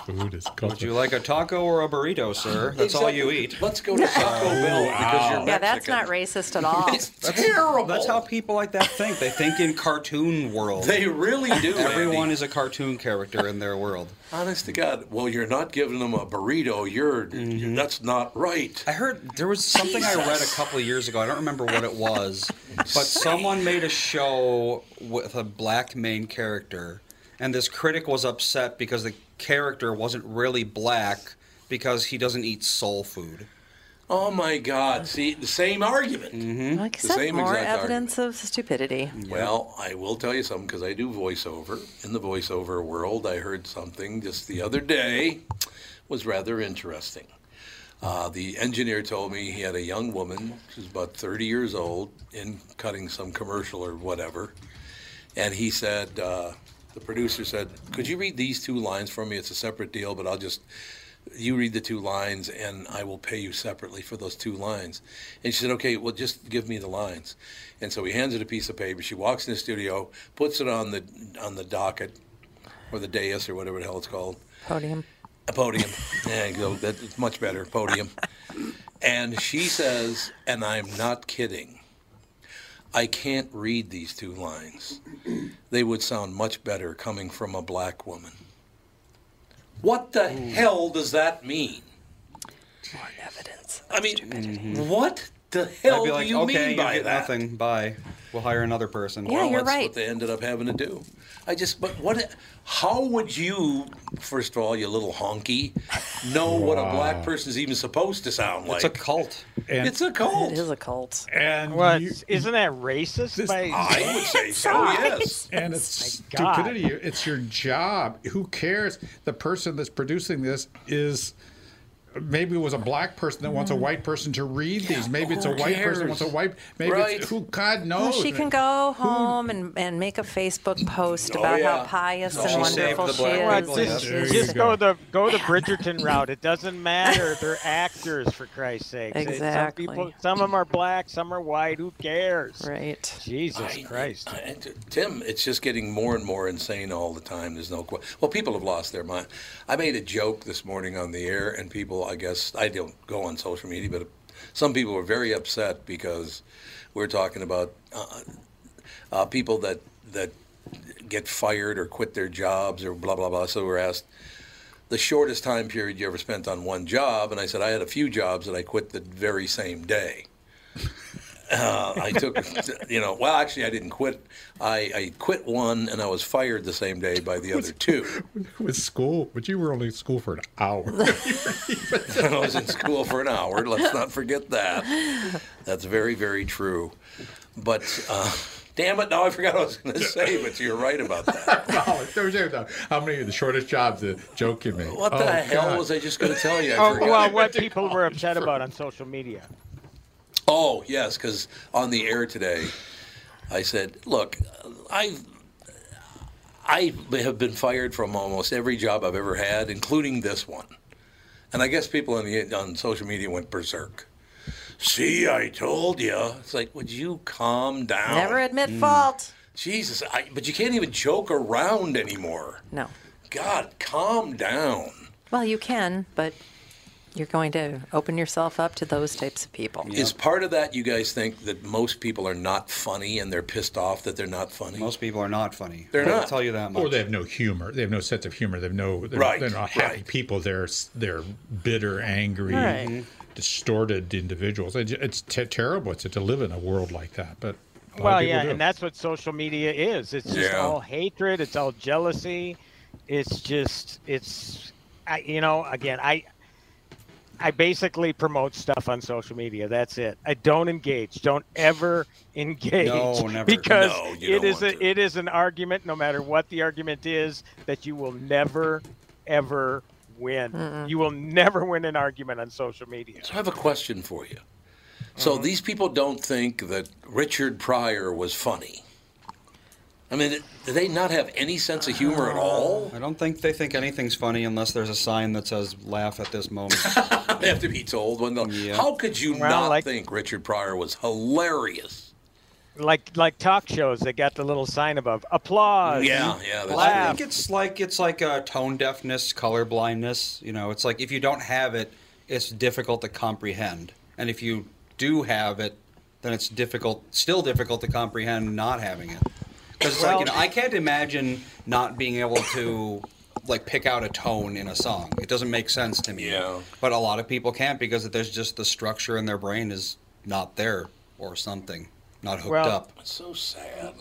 The food is
Would you like a taco or a burrito, sir? That's all you
Exactly.
eat. Oh,
Let's go to Taco Bell because you're
Yeah, that's not racist at all.
That's terrible. That's how people like that think. They think in cartoon world.
They really do,
Everyone
Andy.
is a cartoon character in their world.
Honest to God, well, you're not giving them a burrito. You're that's not right.
Mm-hmm. I heard there was something I read a couple of years ago. I don't remember what it was, but someone made a show with a black main character, and this critic was upset because the character wasn't really black because he doesn't eat soul food.
Oh my God! See, the same argument. Mm-hmm.
Like I said, more evidence of stupidity.
Well, I will tell you something because I do voiceover. In the voiceover world, I heard something just the other day was rather interesting. Uh, the engineer told me he had a young woman, she's about 30 years old, in cutting some commercial or whatever. And he said, uh, the producer said, Could you read these two lines for me? It's a separate deal, but I'll just, you read the two lines and I will pay you separately for those two lines. And she said, Okay, well, just give me the lines. And so he hands her a piece of paper. She walks in the studio, puts it on the, on the docket or the dais or whatever the hell it's called
Podium.
a podium. There you go. That's much better. Podium. And she says, and I'm not kidding, I can't read these two lines. They would sound much better coming from a black woman. What the hell does that mean? More evidence. I mean, what the
Mm-hmm. I'd
hell
be
do
like,
you
okay,
mean
you
by
get
that?
nothing. Bye. We'll hire another person.
Well, that's what they ended up having to do. I just, but what, how would you, first of all, you little honky, know what a black person's even supposed to sound
It's
like?
a cult.
And-
it's a cult.
It is a cult.
And
Well,
you-
it's- isn't that racist? by-
I would say so, yes.
and it's
God.
stupidity. It's your job. Who cares? The person that's producing this is maybe it was a black person that wants a white person to read these. Maybe it's a
who
white person that wants
cares?
a white. Maybe
Right.
it's who God knows.
Well, she can go home and, and make a Facebook post
Oh,
about
yeah.
how pious
No,
and
she saved
wonderful
the
she
black
Well,
is.
people,
and
just
There
she's-
you
just go. the go the Bridgerton route. It doesn't matter. They're actors, for Christ's sake. Some,
Exactly.
people, some of them are black, some are white. Who cares?
Right.
Jesus Christ.
I- I- Tim, it's just getting more and more insane all the time. There's no question. Well, people have lost their mind. I made a joke this morning on the air, and people, I guess, I don't go on social media, but some people were very upset because we're talking about uh, uh, people that that get fired or quit their jobs or blah blah blah. So we're asked the shortest time period you ever spent on one job, and I said I had a few jobs that I quit the very same day. Uh, I took, you know, well, actually, I didn't quit. I, I quit one, and I was fired the same day by the other two.
with school, but you were only in school for an hour.
I was in school for an hour. Let's not forget that. That's very, very true. But uh, Damn it! Now I forgot what I was going to say, but you're right about that.
Oh, it's so shame, though. How many of the shortest jobs a joke can make?
What the
Oh,
hell
God.
was I just going to tell you? I
Oh,
forgot.
well, what people were upset about on social media.
Oh yes, because on the air today, I said, "Look, I I have been fired from almost every job I've ever had, including this one." And I guess people on the on social media went berserk. See, I told you. It's like, would you calm down?
Never admit
Mm.
fault.
Jesus, I, but you can't even joke around anymore.
No.
God, calm down.
Well, you can, but you're going to open yourself up to those types of people.
Is part of that you guys think that most people are not funny and they're pissed off that they're not funny? Most
people are not funny.
They're
I'll
not.
tell you that much.
Or they have no humor. They have no sense of humor. They have no. They're,
Right,
they're not happy
right.
people. They're s- they're bitter, angry,
Right.
distorted individuals. It, it's te- terrible to, to live in a world like that. But a lot of
Well,
people
yeah,
do.
and that's what social media is. It's just
Yeah.
all hatred. It's all jealousy. It's just it's I you know again I I basically promote stuff on social media. That's it. I don't engage. Don't ever engage
never.
because
No, you
it
don't
is a,
want
it is an argument no matter what the argument is that you will never ever win.
Mm-mm.
You will never win an argument on social media.
So I have a question for you. So
Uh-huh.
these people don't think that Richard Pryor was funny. I mean, do they not have any sense of humor at all?
I don't think they think anything's funny unless there's a sign that says "laugh at this moment."
they have to be told when they'll. How could you
Uh. Well,
not
like-
think Richard Pryor was hilarious?
Like like talk shows, they got the little sign above applause.
Yeah, yeah,
Well, I think it's like it's like uh, tone deafness, color blindness. You know, it's like if you don't have it, it's difficult to comprehend, and if you do have it, then it's difficult, still difficult to comprehend not having it. Because it's like you know, I can't imagine not being able to like pick out a tone in a song. It doesn't make sense to me. Yeah. But a lot of people can't because there's just the structure in their brain is not there or something, not hooked
Well-
up.
It's so sad.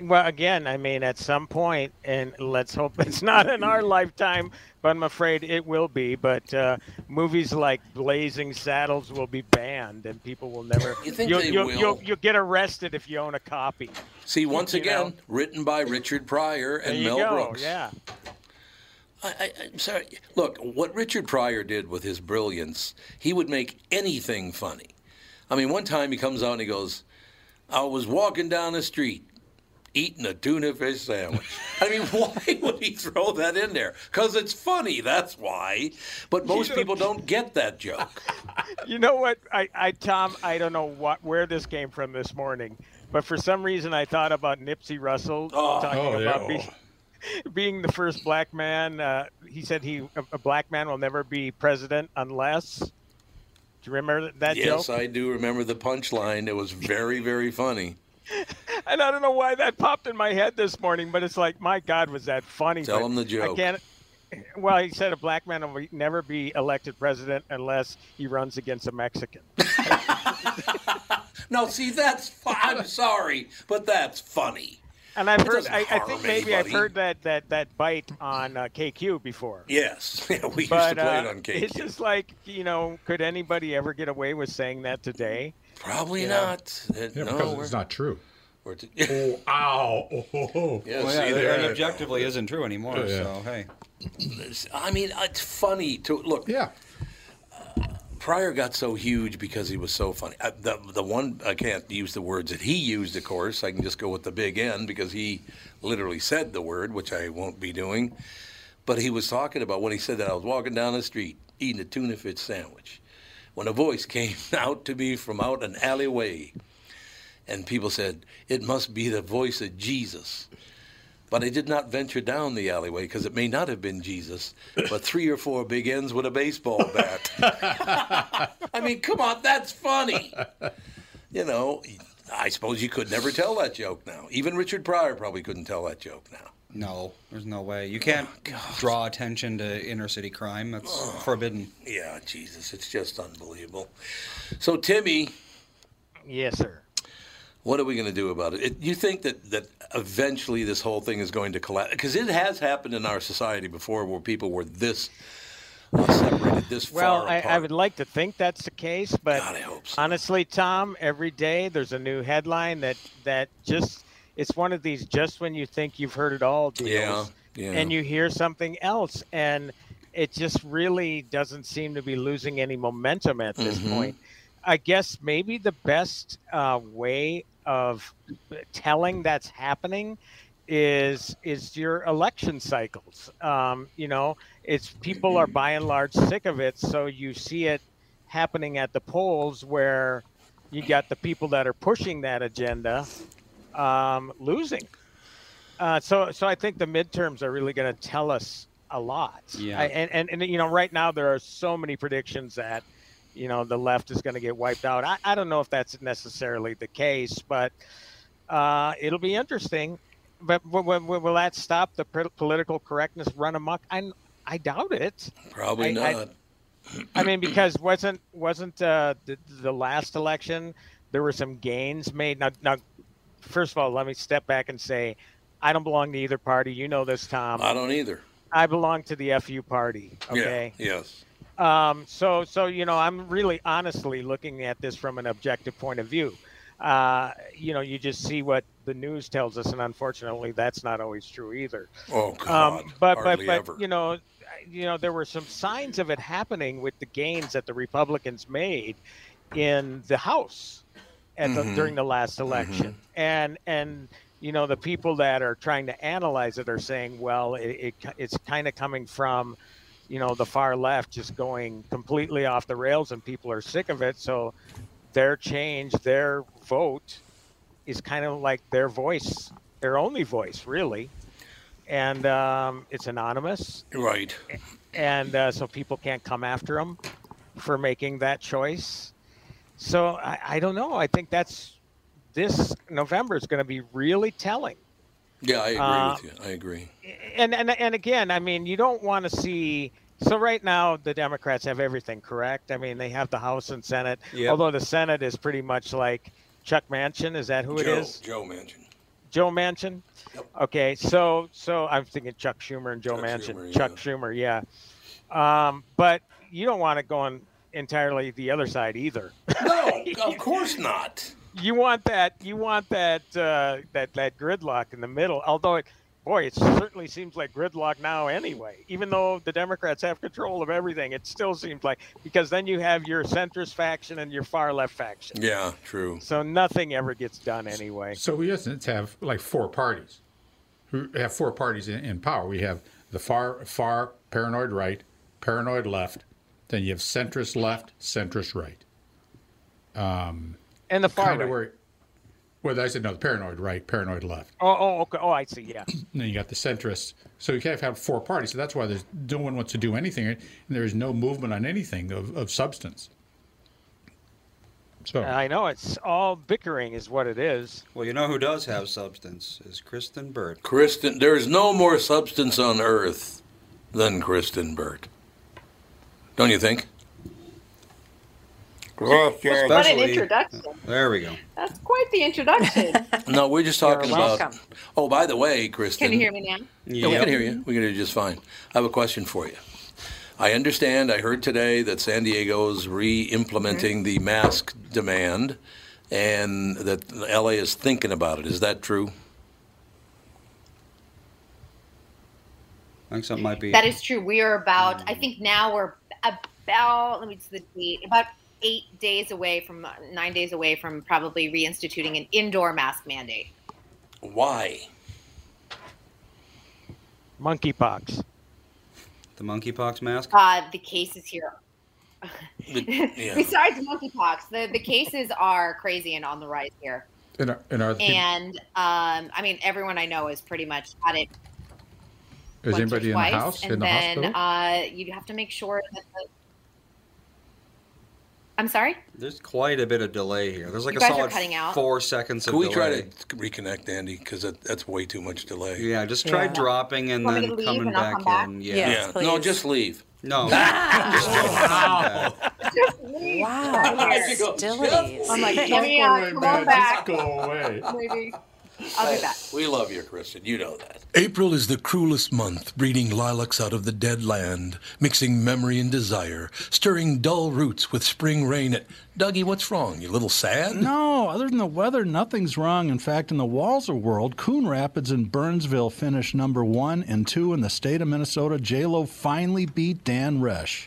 Well, again, I mean, at some point, and let's hope it's not in our lifetime, but I'm afraid it will be. But uh, movies like Blazing Saddles will be banned, and people will never.
You think
will
they
you'll,
will?
You'll, you'll get arrested if you own a copy.
See, once
You
again,
know?
written by Richard Pryor
there
and
you
Mel
go.
Brooks.
Yeah.
I, I, I'm sorry. Look, what Richard Pryor did with his brilliance, he would make anything funny. I mean, one time he comes out and he goes, I was walking down the street eating a tuna fish sandwich. I mean, why would he throw that in there? Because it's funny, that's why. But most people don't get that joke.
You know what, I, I Tom, I don't know what where this came from this morning, but for some reason I thought about Nipsey Russell talking
Oh, yeah.
about being, being the first black man. Uh, he said he a, a black man will never be president unless. Do you remember th- that
yes,
joke?
I do remember the punchline. It was very, very funny.
And I don't know why that popped in my head this morning, but it's like, my God, was that funny?
Tell
but
him the
I
joke.
can't. Well, he said a black man will never be elected president unless he runs against a Mexican.
No, see, that's. fu- I'm sorry, but that's funny.
And I've
It
heard,
doesn't
I, I
harm
think maybe I've
anybody.
heard that that that bite on uh, KQ before.
Yes, yeah, we used
but
to play
uh,
it on cake.
it's just like you know, could anybody ever get away with saying that today?
Probably
You know?
not. Uh,
Yeah,
no,
because
we're-
it's not true.
we're t-
oh, ow! Oh, ho, ho.
Yeah,
Well,
see,
yeah,
there
and
you go.
objectively isn't true anymore.
Oh, yeah.
So hey,
I mean, uh, it's funny to look.
Yeah.
Pryor got so huge because he was so funny. I, the, the one I can't use the words that he used, of course. I can just go with the big N because he literally said the word, which I won't be doing. But he was talking about when he said that I was walking down the street eating a tuna fish sandwich, when a voice came out to me from out an alleyway, and people said it must be the voice of Jesus. But I did not venture down the alleyway because it may not have been Jesus, but three or four big ends with a baseball bat. I mean, come on, that's funny. You know, I suppose you could never tell that joke now. Even Richard Pryor probably couldn't tell that joke now.
no, there's no way you can't
Oh,
draw attention to inner city crime. That's forbidden.
Yeah, Jesus, it's just unbelievable. So, Timmy,
Yes, sir.
what are we going to do about it? it? You think that that eventually this whole thing is going to collapse? Because it has happened in our society before, where people were this uh, separated, this
Well,
far
I,
apart.
I would like to think that's the case, but honestly, Tom, every day there's a new headline that that just it's one of these just when you think you've heard it all deals,
Yeah, yeah.
and you hear something else, and it just really doesn't seem to be losing any momentum at this
Mhm.
point. I guess maybe the best uh, way of telling that's happening is is your election cycles. Um, you know, it's people are by and large sick of it, so you see it happening at the polls where you got the people that are pushing that agenda um, losing. Uh, so, so I think the midterms are really going to tell us a lot.
Yeah.
I, and, and and you know, right now there are so many predictions that you know the left is going to get wiped out. I, I don't know if that's necessarily the case, but uh, it'll be interesting. But w- w- w- will that stop the pol- political correctness run amok? I I doubt it.
Probably
I- I-
not.
I mean, because wasn't wasn't uh, the, the last election there were some gains made. Now, now, first of all, let me step back and say, I don't belong to either party. You know this, Tom.
I don't either.
I belong to the FU party. Okay.
Yeah. Yes.
Um, so, so you know, I'm really honestly looking at this from an objective point of view. Uh, you know, you just see what the news tells us, and unfortunately, that's not always true either.
Oh God.
Um, but but
Hardly
but
ever.
you know, you know, there were some signs of it happening with the gains that the Republicans made in the House at the,
Mhm.
during the last election, and and you know, the people that are trying to analyze it are saying, well, it, it it's kind of coming from. You know the far left just going completely off the rails, and people are sick of it. So their change, their vote, is kind of like their voice, their only voice, really. And um, it's anonymous,
Right.
and uh, so people can't come after them for making that choice. So I, I don't know. I think that's this November is going to be really telling
Yeah, I agree
Uh,
with you. I agree.
and and and again, I mean, you don't want to see. So right now, the Democrats have everything correct. I mean, they have the House and Senate.
Yep.
Although the Senate is pretty much like Chuck Manchin. Is that who it
Joe,
is?
Joe Manchin.
Joe Manchin. Okay, so so I'm thinking Chuck Schumer and Joe
Chuck
Manchin.
Schumer,
Chuck Schumer, yeah. Um, but you don't want it going entirely the other side either.
No, of course not.
You want that. You want that. Uh, that that gridlock in the middle. Although it, boy, it certainly seems like gridlock now. Anyway, even though the Democrats have control of everything, it still seems like because then you have your centrist faction and your far left faction.
Yeah, true.
So nothing ever gets done anyway.
So we just have like four parties who have four parties in, in power. We have the far far paranoid right, paranoid left, then you have centrist left, centrist right. Um,
and the far
kinda
right.
Where, well, I said no, the paranoid right, paranoid left.
Oh, oh, okay. Oh, I see. Yeah.
And then you got the centrists. So you kind of have four parties. So that's why there's no one wants to do anything, and there is no movement on anything of, of substance. So
I know it's oh, all bickering is what it is.
Well, you know who does have substance is Kristen Bird.
Kristen, there is no more substance on earth than Kristen Burt. Don't you think?
What an introduction.
There we go.
That's quite the introduction.
No, we're just talking about.
welcome.
Oh, by the way, Kristen.
Can you hear me now?
Yeah, we can hear you. We can hear you just fine. I have a question for you. I understand, I heard today that San Diego's re implementing the mask demand and that LA is thinking about it. Is that true?
I think something might be.
That is true. We are about, I think now we're about, let me just the date, about eight days away from, nine days away from probably reinstituting an indoor mask mandate.
Why?
Monkeypox.
The monkeypox mask.
Uh, the cases here.
yeah.
Besides monkeypox, the, the cases are crazy and on the rise here.
and are, and are the people-
And um, I mean, everyone I know has pretty much had it
is
once or
anybody in the
twice,
house
and
in the
then
hospital?
uh, you have to make sure that the. I'm sorry.
There's quite a bit of delay here. There's like
You
a
guys are
solid
cutting out.
four seconds of
Can we
delay.
try to reconnect, Andy? Because that, that's way too much delay.
Yeah, just try
Yeah.
dropping and
Want me
then
to leave
coming
and I'll
back,
come back?
in. Yeah.
yeah. No, just leave.
No.
Wow.
Hostility.
I'm like,
Let me, uh,
go away,
come
man.
on back.
Just go away.
Maybe. I'll be back.
We love you, Kristen. You know that.
April is the cruelest month, breeding lilacs out of the dead land, mixing memory and desire, stirring dull roots with spring rain. At Dougie, what's wrong? You a little sad?
No, other than the weather, nothing's wrong. In fact, in the Walzer world, Coon Rapids and Burnsville finished number one and two in the state of Minnesota. J-Lo finally beat Dan Resch.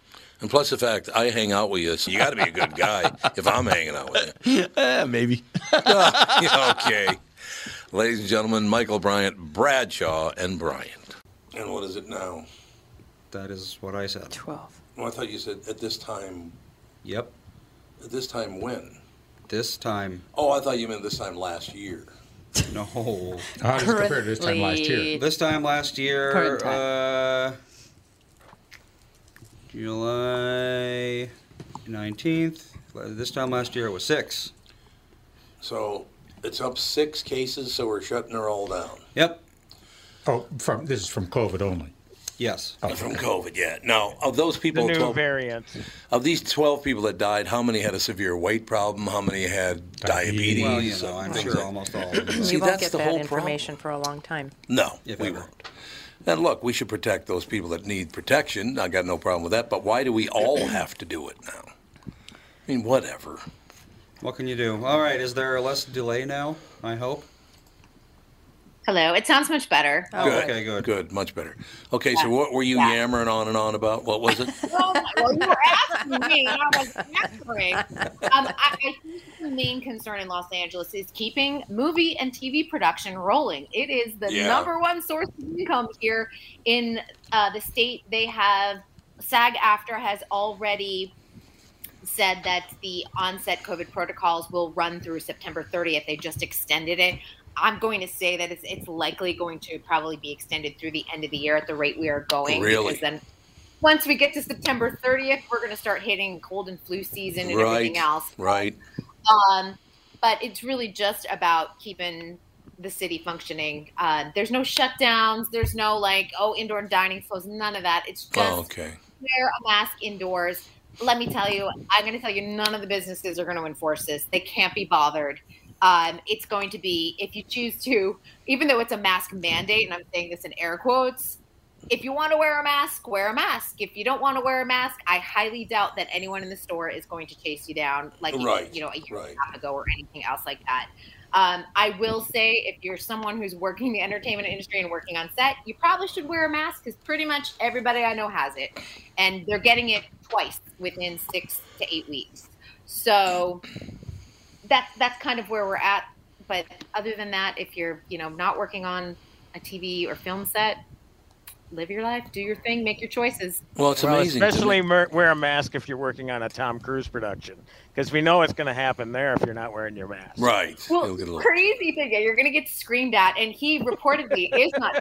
And plus the fact I hang out with you, so you got to be a good guy if I'm hanging out with
Eh, maybe.
you. okay. Ladies and gentlemen, Michael Bryant, Bradshaw, uh, and Bryant. And what is it now?
That is what I said.
12.
Well, I thought you said at this time.
Yep.
At this time when?
This time.
Oh, I thought you meant this time last year.
No.
How does it compare Uh, to this time last year?
This time last year,
Current
uh, July 19th. This time last year, it was six.
So it's up six cases, so we're shutting her all down.
Yep.
Oh, from this is from COVID only. Oh,
Yes.
From COVID, yeah. Now, of those people,
The new
12
variant.
Of these 12 people that died, how many had a severe weight problem? How many had diabetes?
Well, you know, I'm
Things
sure
like-
almost all of them.
We
See,
won't
that's
get
the
that
whole
information for a long time.
No, we won't. And look, we should protect those people that need protection. I got no problem with that. But why do we all have to do it now? I mean, whatever.
What can you do? All right. Is there less delay now? I hope.
Hello. It sounds much better.
Oh, okay, good.
Good, much better. Okay,
Yeah.
so what were you
Yeah.
yammering on and on about? What was it?
Oh my- well, you were asking me, and I was answering. Um, I, I think the main concern in Los Angeles is keeping movie and TV production rolling. It is the
Yeah.
number one source of income here in uh, the state. They have SAG-AFTRA has already said that the onset COVID protocols will run through September 30th. They just extended it. I'm going to say that it's, it's likely going to probably be extended through the end of the year at the rate we are going.
Really?
Because then once we get to September 30th, we're going to start hitting cold and flu season and everything else.
Right.
Um, but it's really just about keeping the city functioning. Uh, there's no shutdowns. There's no like, oh, indoor dining closed. None of that. It's just
Oh, okay.
wear a mask indoors. Let me tell you, I'm going to tell you, none of the businesses are going to enforce this. They can't be bothered. Um, it's going to be, if you choose to, even though it's a mask mandate, and I'm saying this in air quotes, if you want to wear a mask, wear a mask. If you don't want to wear a mask, I highly doubt that anyone in the store is going to chase you down like you-
Right,
you know a year
right.
and a half ago or anything else like that. Um, I will say, if you're someone who's working the entertainment industry and working on set, you probably should wear a mask because pretty much everybody I know has it, and they're getting it twice within six to eight weeks. So that's that's kind of where we're at. But other than that, if you're you know not working on a TV or film set, live your life, do your thing, make your choices.
Well, it's amazing to
Especially mer- wear a mask if you're working on a Tom Cruise production, because we know it's going to happen there if you're not wearing your mask.
Right.
Well, crazy thing, yeah, you're going to get screamed at. And he reportedly is not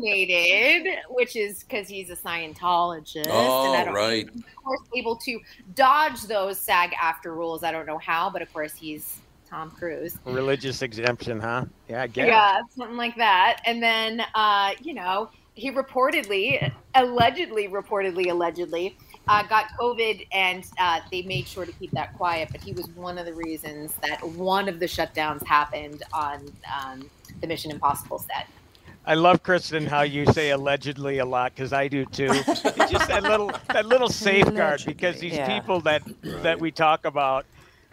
vaccinated, which is because he's a Scientologist. and I
Oh,
don't,
right.
Of course, able to dodge those SAG after rules. I don't know how, but of course, he's Tom Cruise.
Religious exemption, huh? Yeah, I get it.
Yeah, something like that. And then, uh, you know, he reportedly, allegedly, reportedly, allegedly, uh, got COVID, and uh, they made sure to keep that quiet. But he was one of the reasons that one of the shutdowns happened on um, the Mission Impossible set.
I love Kristen how you say allegedly a lot because I do too. It's just that little that little safeguard because these
yeah.
people that that we talk about,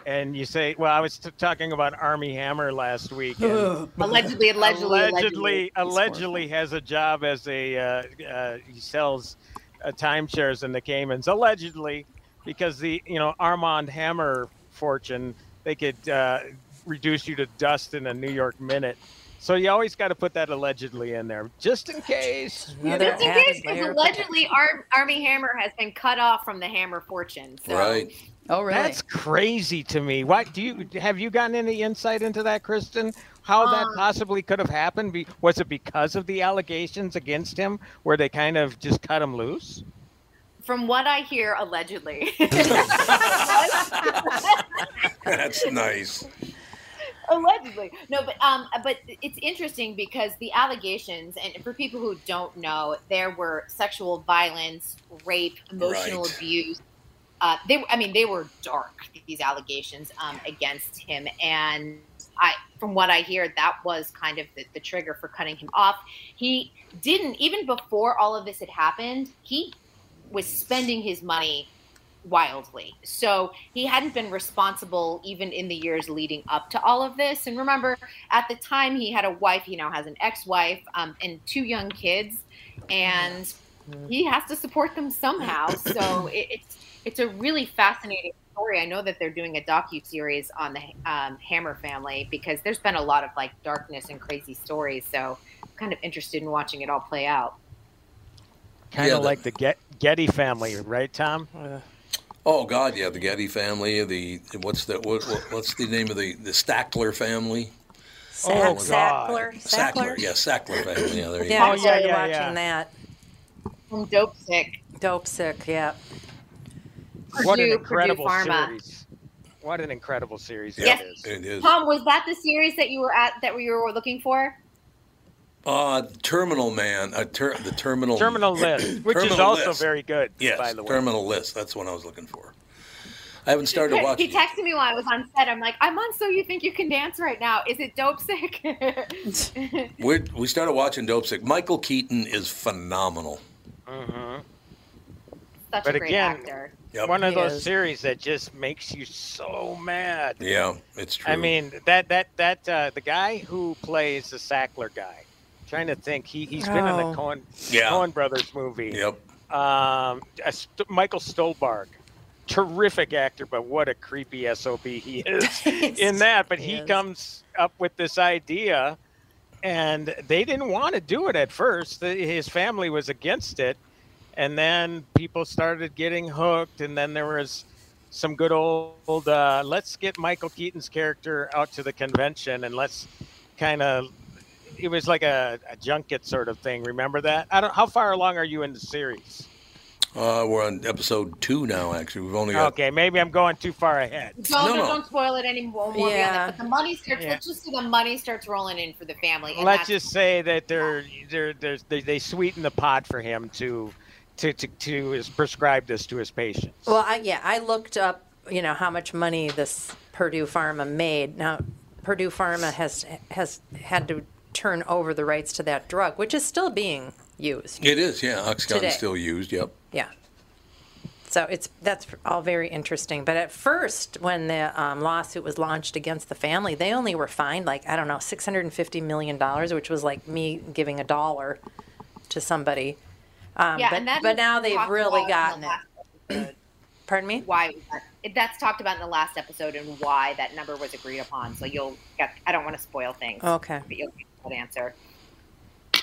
and you say, well, I was t- talking about Army Hammer last week. and-
Allegedly, allegedly, allegedly.
allegedly, allegedly has a job as a uh, uh, he sells uh, timeshares in the Caymans. Allegedly, because the you know Armand Hammer fortune, they could uh, reduce you to dust in a New York minute. So you always got to put that allegedly in there, just in case. you
Just in
know.
case, because allegedly Ar- Army Hammer has been cut off from the Hammer fortune. So
Right.
Oh, really?
That's crazy to me. What do you have? You gotten any insight into that, Kristen? How that
Um,
possibly could have happened? Be, was it because of the allegations against him, where they kind of just cut him loose?
from what I hear, allegedly.
That's nice.
allegedly no but um but it's interesting because the allegations and for people who don't know there were sexual violence rape emotional
Right.
abuse uh they i mean they were dark these allegations um against him and i from what i hear that was kind of the, the trigger for cutting him off he didn't even before all of this had happened he was spending his money wildly. So he hadn't been responsible even in the years leading up to all of this. And remember, at the time, he had a wife. He now has an ex wife um, and two young kids, and he has to support them somehow. So it, it's it's a really fascinating story. I know that they're doing a docu series on the um, Hammer family because there's been a lot of like darkness and crazy stories. So I'm kind of interested in watching it all play out.
Kind of like the Get, Getty family, right, Tom?
Uh,
Oh God, yeah, the Getty family, the what's the what, what, what's the name of the the Stackler family?
Sack-
my God.
Sackler?
Sackler,
Sackler?
yeah, Sackler family. Yeah, there you
Yeah,
Oh,
go.
I started watching that.
From Dope Sick.
Dope Sick, yeah.
What an
Purdue, Purdue
incredible
Pharma.
series! What an incredible series
Yeah,
that is.
it is.
Tom, was that the series that you were at that you were looking for?
Uh, Terminal Man, uh, ter- the Terminal
Terminal List, which is
Terminal
also
List.
very good,
Yes,
by the way.
Terminal List. That's what I was looking for. I haven't started
He
watching. it.
texted me while I was on set. I'm like, I'm on So You Think You Can Dance right now. Is it dope sick?
We're, we started watching Dope Sick. Michael Keaton is phenomenal.
Mm-hmm.
Such
But
a great
again,
actor.
One of
He
those
is.
series that just makes you so mad.
Yeah, it's true.
I mean that that that uh, the guy who plays the Sackler guy. Trying to think, he he's been in
Oh.
the Cohen
Yeah.
Cohen Brothers movie.
Yep.
Um, a St- Michael Stolbarg, terrific actor, but what a creepy sob he is in that. But he
Yes.
comes up with this idea, and they didn't want to do it at first. The- His family was against it, and then people started getting hooked, and then there was some good old uh, let's get Michael Keaton's character out to the convention and let's kind of it was like a, a junket sort of thing. Remember that? I don't. How far along are you in the series?
uh, we're on episode two now. Actually, we've only got
Okay, maybe I'm going too far ahead.
Don't, don't- don't spoil it anymore.
Yeah.
Yeah. But the money starts,
Yeah.
let's just see the money starts rolling in for the family. And
Let's
that's-
just say that they're they're, they're they they sweeten the pot for him to to to to is prescribe this to his patient.
Well, I, yeah, I looked up, you know, how much money this Purdue Pharma made. Now, Purdue Pharma has has had to turn over the rights to that drug, which is still being used.
It is, yeah.
Today.
Oxycontin's still used. Yep.
Yeah. So it's that's all very interesting. But at first, when the um, lawsuit was launched against the family, they only were fined like I don't know, six hundred and fifty million dollars, which was like me giving a dollar to somebody. Um,
yeah,
but
and that
but
is
now they've
talked
really
about in the
gotten it.
last episode.
Pardon me.
Why that- that's talked about in the last episode and why that number was agreed upon. So you'll get. I don't want to spoil things.
Okay.
but you'll get that answer.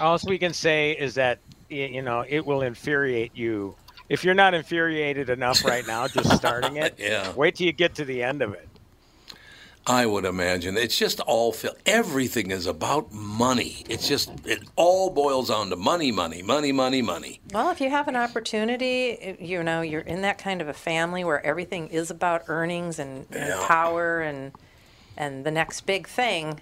All we can say is that y- you know it will infuriate you. If you're not infuriated enough right now, just starting it.
Yeah.
Wait till you get to the end of it.
I would imagine it's just all fil- everything is about money. It's just it all boils down to money, money, money, money, money.
Well, if you have an opportunity, i- you know, you're in that kind of a family where everything is about earnings and, and
Yeah.
power and and the next big thing.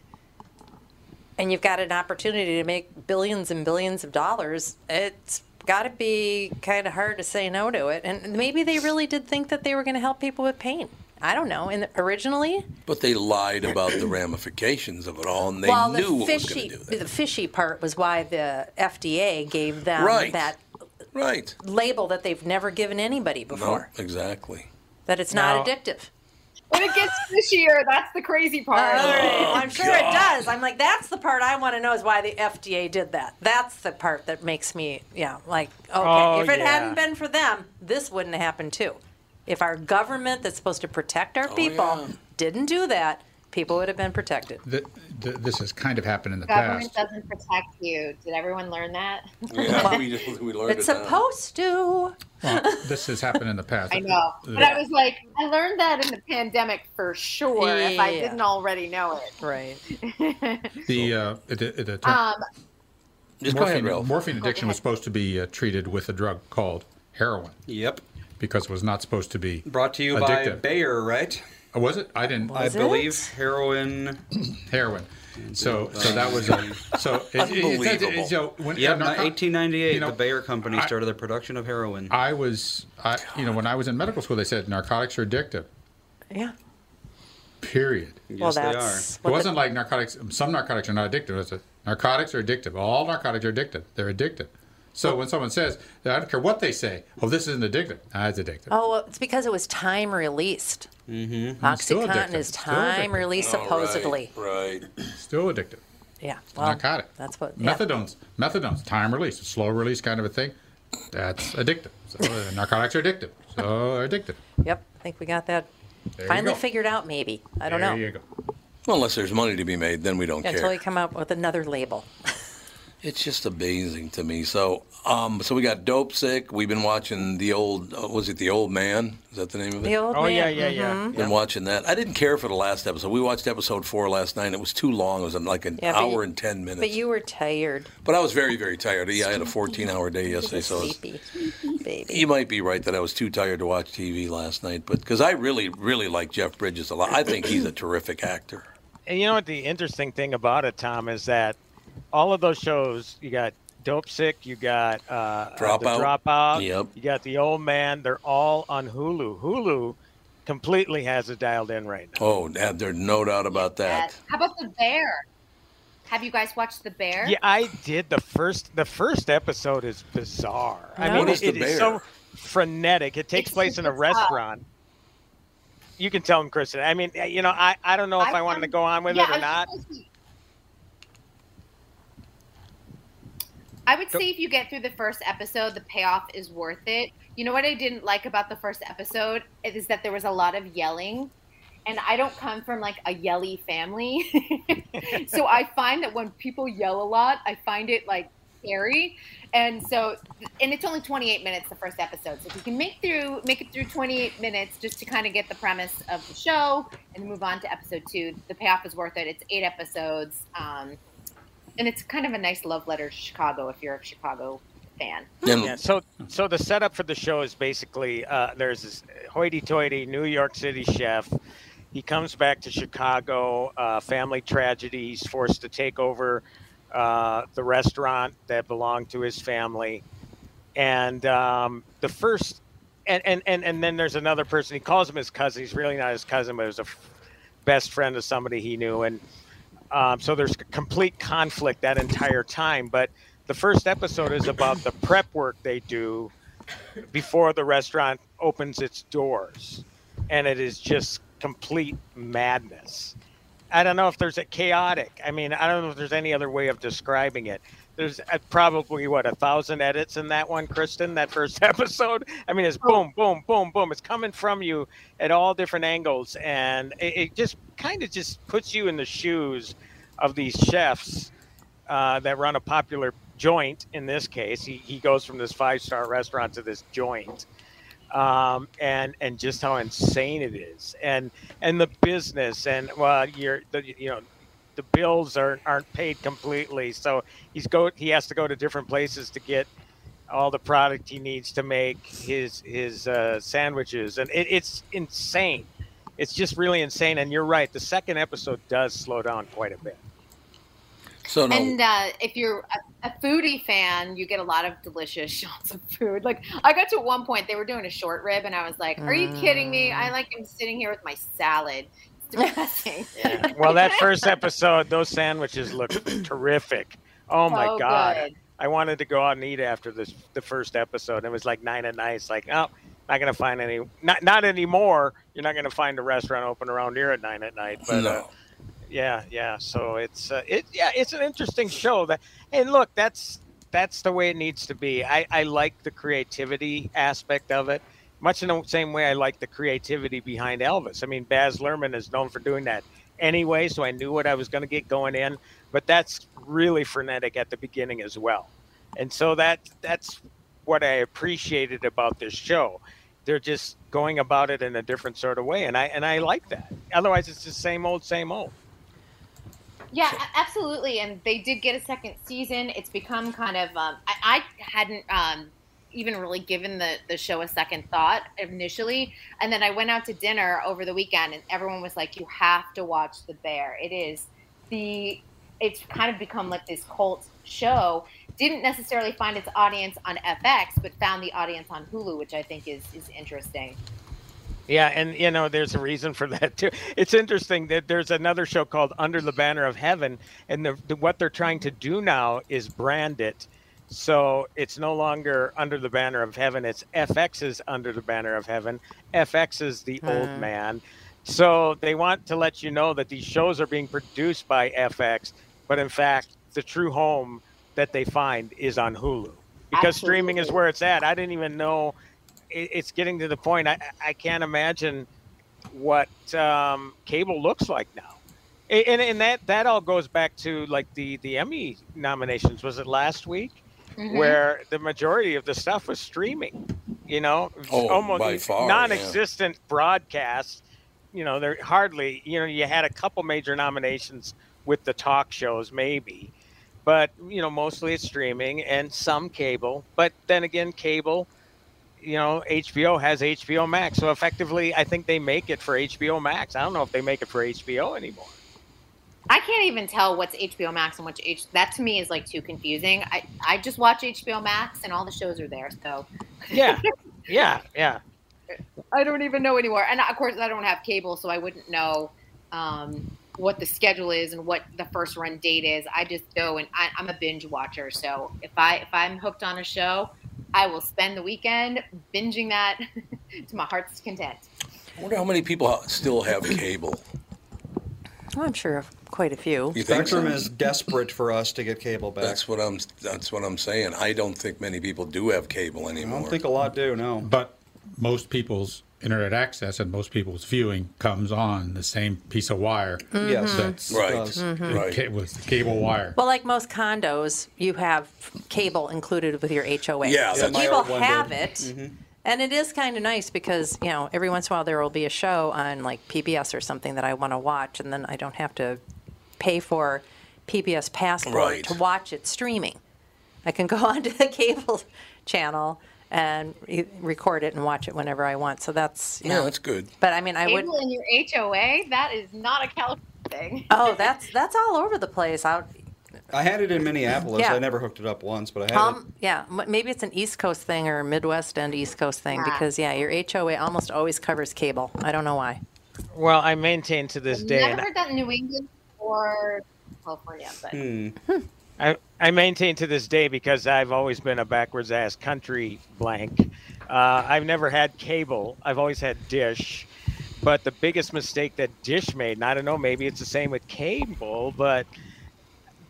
and you've got an opportunity to make billions and billions of dollars, it's got to be kind of hard to say no to it. And maybe they really did think that they were going to help people with pain. I don't know. And originally,
But they lied about the ramifications of it all, and they
well,
knew
the
what was going
fishy
to do.
the fishy part was why the FDA gave them
Right.
that
right
label that they've never given anybody before.
No, exactly.
That it's not
No.
addictive.
When it gets this year, that's the crazy part.
All right.
Oh,
I'm sure it does. I'm like, that's the part I want to know is why the FDA did that. That's the part that makes me, yeah, like, okay,
Oh,
if it
yeah.
hadn't been for them, this wouldn't have happened too. If our government that's supposed to protect
Oh,
our people didn't do that, people would have been protected.
Th- th- this has kind of happened in the past.
Government doesn't protect you. Did everyone learn that?
we, we learned
it's supposed to.
Well, this has happened in the past.
I know. But I was like, I learned that in the pandemic for sure if I
Yeah.
didn't already know it.
Right.
the uh, the, the, the
Um,
Just go ahead,
morphine,
Ralph.
morphine addiction was supposed to be uh, treated with a drug called heroin.
Yep.
Because it was not supposed to be
Brought to you by
addictive.
Bayer, right?
Uh, was it? I didn't.
I believe heroin. um,
heroin. So, so that was a, so it- it- it-
Unbelievable.
it- so when-
yeah,
I'm not-
1898,
you know,
the Bayer company started the production of heroin.
I was, I, you know, when I was in medical school, they said narcotics are addictive.
Yeah.
Period.
Well, Yes, they that's
It
what the-
wasn't like narcotics. Some narcotics are not addictive. It's a, narcotics are addictive. All narcotics are addictive. They're addictive. So when someone says, I don't care what they say, oh, this isn't addictive. Ah, it's addictive.
Oh, well, it's because it was time released.
Mm-hmm.
OxyContin is time released, supposedly.
Right.
Still addictive.
Yeah.
It's
Well,
narcotic.
That's what. yeah.
Methadones. Methadones. Time release. A slow release kind of a thing. That's addictive. So uh, narcotics are addictive. So they're addictive.
Yep. I think we got that
you
finally
go.
figured out, maybe. I don't know.
go.
Well, unless there's money to be made, then we don't
Until
care.
we come up with another label.
It's just amazing to me. So, um, so we got dope sick. We've been watching the old. Uh, was it the old man? Is that the name of it?
The Old Oh, Man, yeah, yeah, yeah. mhm.
Been watching that. I didn't care for the last episode. We watched episode four last night. and It was too long. It was um, like an
Yeah, but
hour
you-
and ten minutes.
But you were tired,
But I was very, very tired. Yeah, I had a 14 hour day yesterday, so I was-
sleepy, baby.
you might be right that I was too tired to watch TV last night. But because I really, really like Jeff Bridges a lot, I think he's a terrific actor.
And you know what the interesting thing about it, Tom, is that all of those shows you got Dope Sick, you got uh, uh, the
Dropout.
Dropout,
Yep.
you got The Old Man. They're all on Hulu. Hulu completely has it dialed in right now.
Oh, that- there's no doubt about that.
yes. How about the bear? Have you guys watched the bear?
Yeah, I did the first. The first episode is bizarre. I
No.
mean,
What is
it-
the
it is
bear?
so frenetic. It takes place in a
super tough.
restaurant. You can tell him, Kristen. I mean, you know, I, I don't know if I, wanted to go on with
yeah,
it
I
or
was
not.
gonna say- I would
Go-
say if you get through the first episode, the payoff is worth it. You know what I didn't like about the first episode is that there was a lot of yelling. And I don't come from like a yelly family. so I find that when people yell a lot, I find it like scary. And so, and it's only 28 minutes the first episode. So if you can make through, make it through 28 minutes just to kind of get the premise of the show and move on to episode two, the payoff is worth it. It's eight episodes. Um, and it's kind of a nice love letter to Chicago if you're a Chicago fan.
Yeah, so so the setup for the show is basically uh, there's this hoity-toity New York City chef. He comes back to Chicago, uh, family tragedy. He's forced to take over uh, the restaurant that belonged to his family, and um, the first, and, and and and then there's another person. He calls him his cousin. He's really not his cousin, but it was a f- best friend of somebody he knew, and um, so there's complete conflict that entire time. But the first episode is about the prep work they do before the restaurant opens its doors, and it is just complete madness. I don't know if there's a chaotic. I mean, I don't know if there's any other way of describing it. There's uh, probably what a thousand edits in that one, Kristen. That first episode. I mean, it's boom, boom, boom, boom. It's coming from you at all different angles, and it, it just kind of just puts you in the shoes of these chefs uh, that run a popular joint. In this case, he, he goes from this five star restaurant to this joint um, and and just how insane it is, and and the business, and well, you're the, you know, the bills aren't aren't paid completely, so he's go he has to go to different places to get all the product he needs to make his his uh, sandwiches, and it, it's insane. It's just really insane, and you're right. The second episode does slow down quite a bit.
So no.
And uh, if you're a, a foodie fan, you get a lot of delicious shots of food. Like I got to at one point, they were doing a short rib, and I was like, "Are you kidding me? I like am sitting here with my salad." It's depressing.
Well, that first episode, those sandwiches looked terrific. Oh my
So
god!
good.
I wanted to go out and eat after this the first episode. It was like nine at night. It's like, oh, not gonna find any. Not not anymore. You're not gonna find a restaurant open around here at nine at night. But uh,
No.
yeah, yeah. So it's uh, it yeah, it's an interesting show. That and look, that's that's the way it needs to be. I I like the creativity aspect of it. Much in the same way I like the creativity behind Elvis. I mean, Baz Luhrmann is known for doing that anyway, so I knew what I was going to get going in. But that's really frenetic at the beginning as well, and so that that's what I appreciated about this show. They're just going about it in a different sort of way, and I and I like that. Otherwise, it's the same old, same old.
Yeah, a- absolutely. And they did get a second season. It's become kind of. Um, I, I hadn't um, even really given the the show a second thought initially, and then I went out to dinner over the weekend, and everyone was like, "You have to watch The Bear. It is the. It's kind of become like this cult show. Didn't necessarily find its audience on FX, but found the audience on Hulu, which I think is is interesting.
Yeah, and you know, there's a reason for that too. It's interesting that there's another show called Under the Banner of Heaven, and the, the, what they're trying to do now is brand it. So it's no longer Under the Banner of Heaven. It's FX's Under the Banner of Heaven. FX is the
Hmm.
old man. So they want to let you know that these shows are being produced by FX, but in fact, the true home that they find is on Hulu because streaming is
Absolutely.
where it's at. I didn't even know it, it's getting to the point. I, I can't imagine what um, cable looks like now. A- And, and that, that all goes back to like the, the Emmy nominations. Was it last week?
Mm-hmm.
Mhm.
Where the majority of the stuff was streaming, you know,
Oh,
almost
by far, yeah.
non-existent broadcasts. You know, they're hardly. You know, you had a couple major nominations with the talk shows, maybe, but you know, mostly it's streaming and some cable. But then again, cable. You know, HBO has HBO Max, so effectively, I think they make it for HBO Max. I don't know if they make it for HBO anymore.
I can't even tell what's HBO Max and what's H. That to me is like too confusing. I, I just watch HBO Max and all the shows are there, so
Yeah, yeah, yeah.
I don't even know anymore. And of course, I don't have cable, so I wouldn't know um, what the schedule is and what the first run date is. I just go and I, I'm a binge watcher. So if I if I'm hooked on a show, I will spend the weekend binging that to my heart's content.
I wonder how many people ha- still have cable.
Well, I'm sure of quite a few.
You think
Spectrum
so?
is desperate for us to get cable back.
That's what I'm. That's what I'm saying. I don't think many people do have cable anymore.
I don't think a lot do. No,
but most people's internet access and most people's viewing comes on the same piece of wire.
Mhm. Yes,
that's
it Right. does. Mhm.
It ca- was the cable wire.
Well, like most condos, you have cable included with your HOA.
Yeah,
so
that's-
people
Yeah, my old one
have
did.
Mm-hmm.
it.
Mm-hmm.
And it is kind of nice because, you know, every once in a while there will be a show on like PBS or something that I want to watch, and then I don't have to pay for PBS Passport
Right.
to watch it streaming. I can go onto the cable channel and re- record it and watch it whenever I want. So that's, you
Yeah,
know.
that's good.
But I mean, I would.
cable in your HOA? That is not a California thing.
Oh, that's that's all over the place. Out
I had it in Minneapolis.
Yeah.
I never hooked it up once, but I had
Um, yeah, m- maybe it's an East Coast thing or a Midwest and East Coast thing
Ah.
because yeah, your HOA almost always covers cable. I don't know why.
Well, I maintain to this day, and
Never heard that in New England or California, but
Hmm.
I, I maintain to this day because I've always been a backwards ass country blank. Uh, I've never had cable. I've always had dish. But the biggest mistake that dish made, and I don't know, maybe it's the same with cable, but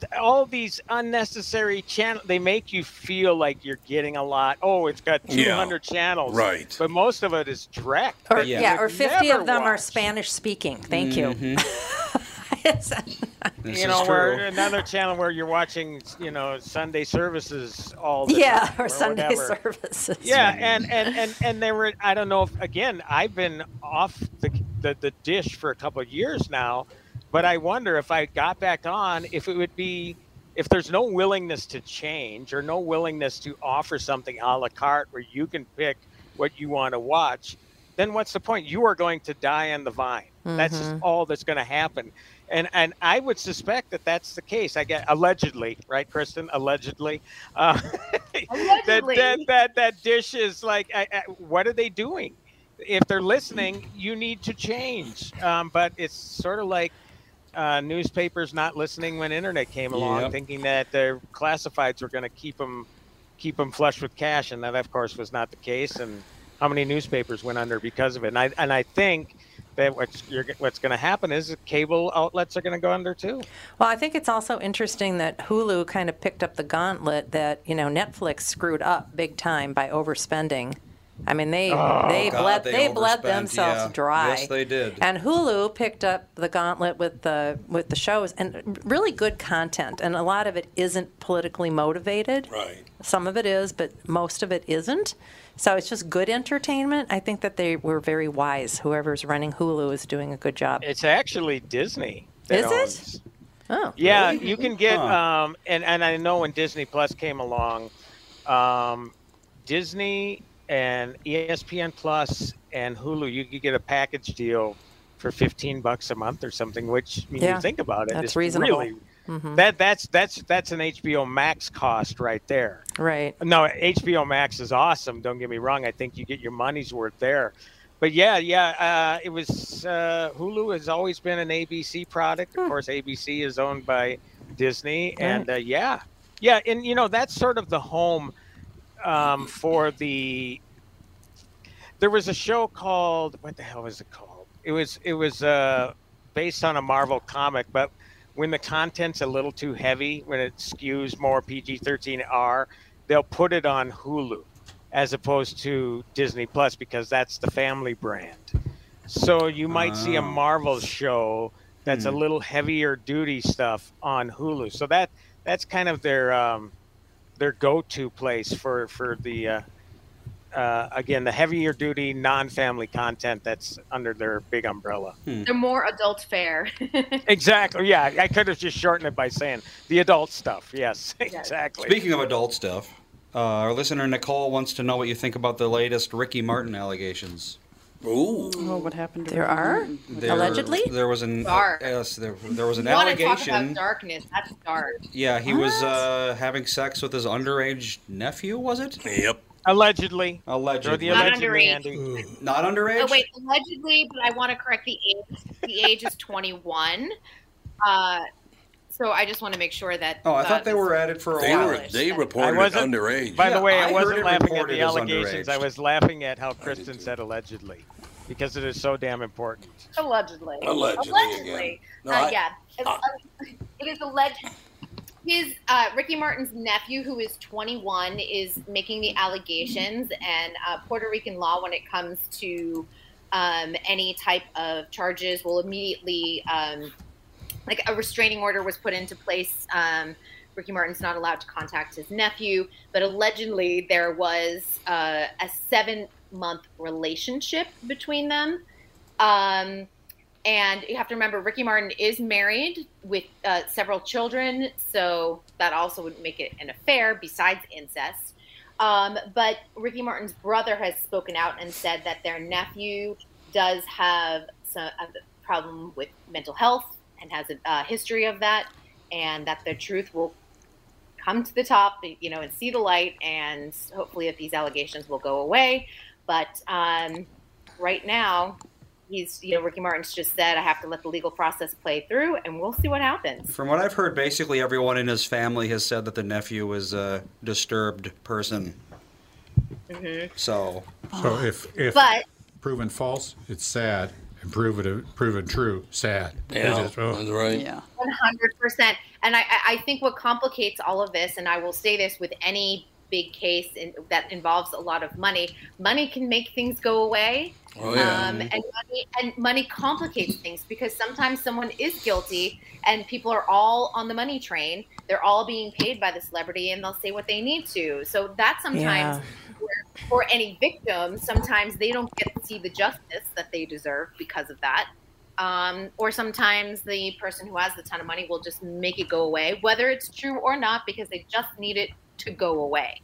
th- all these unnecessary channel they make you feel like you're getting a lot. Oh, it's got
Yeah.
200 channels.
Right.
But most of it is dreck.
Or
that you
yeah,
would
or fifty
never Mm.
of them are
watch.
Spanish speaking. Thank you. This
you
is
know, where
true.
another channel where you're watching, you know, Sunday services all the
Yeah,
time
or Sunday
whatever.
services.
Yeah, and and and and they were. I don't know if again. I've been off the the, the dish for a couple of years now, but I wonder if I got back on, if it would be. If there's no willingness to change or no willingness to offer something a la carte where you can pick what you want to watch, then what's the point? You are going to die on the vine. That's just
Mhm.
all that's going to happen. And and I would suspect that that's the case. I get allegedly, right, Kristen? Allegedly, uh, that,
Allegedly.
that that that dish is like, I, I, what are they doing? If they're listening, you need to change. Um, but it's sort of like uh, newspapers not listening when internet came along,
Yep.
thinking that their classifieds were going to keep them keep them flush with cash, and that of course was not the case. And how many newspapers went under because of it? And I and I think that what's you're, what's going to happen is that cable outlets are going to go under too.
Well, I think it's also interesting that Hulu kind of picked up the gauntlet that you know Netflix screwed up big time by overspending. I mean, they
Oh,
they
God,
bled
they
they, bled
overspent,
themselves
yeah.
dry.
Yes, they did.
And Hulu picked up the gauntlet with the with the shows and really good content, and a lot of it isn't politically motivated.
Right.
Some of it is, but most of it isn't. So it's just good entertainment. I think that they were very wise. Whoever's running Hulu is doing a good job.
It's actually Disney.
Is it? Oh.
Yeah, you can get
Huh.
um and and I know when Disney Plus came along, um Disney and E ESPN Plus and Hulu, you could get a package deal for 15 bucks a month or something, which when
Yeah,
you think about it,
that's
is
reasonable.
really
Mhm.
Mm-hmm. that that's that's that's an HBO Max cost right there.
Right.
No, HBO Max is awesome. Don't get me wrong. I think you get your money's worth there. But yeah, yeah, uh, it was uh, Hulu has always been an ABC product. Of course, ABC is owned by Disney, and uh, yeah, yeah, and you know that's sort of the home um, for the. There was a show called what the hell was it called? It was it was uh, based on a Marvel comic, but when the content's a little too heavy, when it skews more PG-13R, they'll put it on Hulu as opposed to Disney Plus because that's the family brand. So you might see a
Oh.
Marvel show that's a
Hmm.
little heavier duty stuff on Hulu. So that that's kind of their um, their go-to place for for the uh, uh, again the heavier duty non-family content that's under their big umbrella.
Hmm.
They're more adult fare.
Exactly. Yeah, I could have just shortened it by saying the adult stuff. Yes, exactly.
Speaking of adult stuff, uh, our listener Nicole wants to know what you think about the latest Ricky Martin allegations.
Ooh.
Oh, what happened? To
There are
There- there was an uh,
Dark.
yes, there, there was an
you want to talk about
allegation.
darkness? That's dark.
Yeah, he was uh, having sex with his underage nephew. Was it?
Yep.
Allegedly.
Allegedly.
Throw the Not allegedly, underage. Andy.
Not underage.
Oh wait, allegedly, but I want to correct the age. The age is 21. Uh, so I just want to make sure that.
Oh, I
the-
thought they were at it for a
They
while.
were they reported
wasn't-
underage.
By the way, I,
I heard
wasn't
it
laughing at
reported
the
as
allegations. I
underage.
was laughing at how Kristen said allegedly, because it is so damn important.
Allegedly.
Allegedly again.
Allegedly.
No,
uh,
I-
yeah. It's- it is alleged. His uh, Ricky Martin's nephew, who is 21, is making the allegations, and uh, Puerto Rican law, when it comes to um, any type of charges, will immediately um, like a restraining order was put into place. Um, Ricky Martin's not allowed to contact his nephew, but allegedly there was uh, a seven month relationship between them. Um, and you have to remember, Ricky Martin is married with uh, several children, so that also would make it an affair besides incest. Um, but Ricky Martin's brother has spoken out and said that their nephew does have some, a problem with mental health and has a uh, history of that, and that the truth will come to the top, you know, and see the light, and hopefully that these allegations will go away. But um, right now, he's, you know, Ricky Martin's just said, I have to let the legal process play through, and we'll see what happens.
From what I've heard, basically everyone in his family has said that the nephew is a disturbed person.
hmm
So,
So if if
But
proven false, it's sad, and proven proven true, sad.
Yeah,
It is, oh.
that's right. Yeah.
One hundred percent. And I, I- I think what complicates all of this, and I will say this with any big case in, that involves a lot of money, money can make things go away.
Oh, yeah.
um, and, money, and money complicates things because sometimes someone is guilty and people are all on the money train. They're all being paid by the celebrity and they'll say what they need to. So that sometimes, where, for any victim, sometimes they don't get to see the justice that they deserve because of that. Um, or sometimes the person who has the ton of money will just make it go away, whether it's true or not, because they just need it to go away.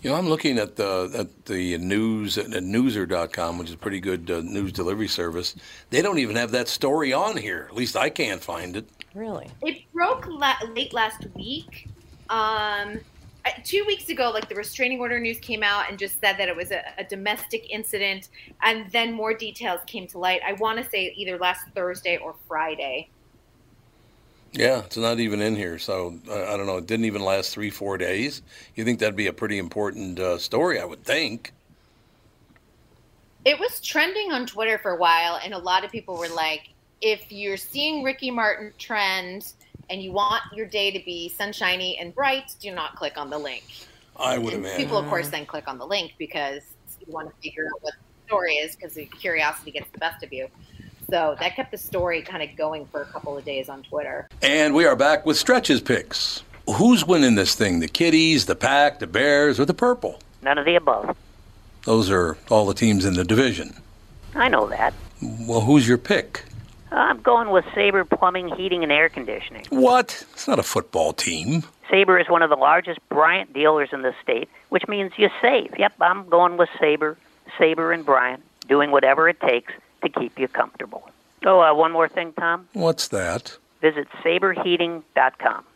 You know, I'm looking at the at the news at newser.com, which is a pretty good uh, news delivery service. They don't even have that story on here. At least I can't find it.
Really?
It broke la- late last week. Um, uh, two weeks ago, like the restraining order news came out and just said that it was a, a domestic incident, and then more details came to light. I want to say either last Thursday or Friday.
Yeah, it's not even in here. So I, I don't know. It didn't even last three, four days. You think that'd be a pretty important uh, story? I would think.
It was trending on Twitter for a while, and a lot of people were like, if you're seeing Ricky Martin trend and you want your day to be sunshiny and bright, do not click on the link.
I would imagine.
People, of course, then click on the link because you want to figure out what the story is because the curiosity gets the best of you. So that kept the story kind of going for a couple of days on Twitter.
And we are back with stretches picks. Who's winning this thing? The Kitties, the Pack, the Bears, or the Purple?
None of the above.
Those are all the teams in the division.
I know that.
Well, who's your pick?
I'm going with Sabre Plumbing, Heating, and Air Conditioning.
What? It's not a football team.
Sabre is one of the largest Bryant dealers in the state, which means you save. Yep, I'm going with Sabre, Sabre and Bryant, doing whatever it takes to keep you comfortable. Oh, uh, one more thing, Tom.
What's that?
Visit saberheating.com.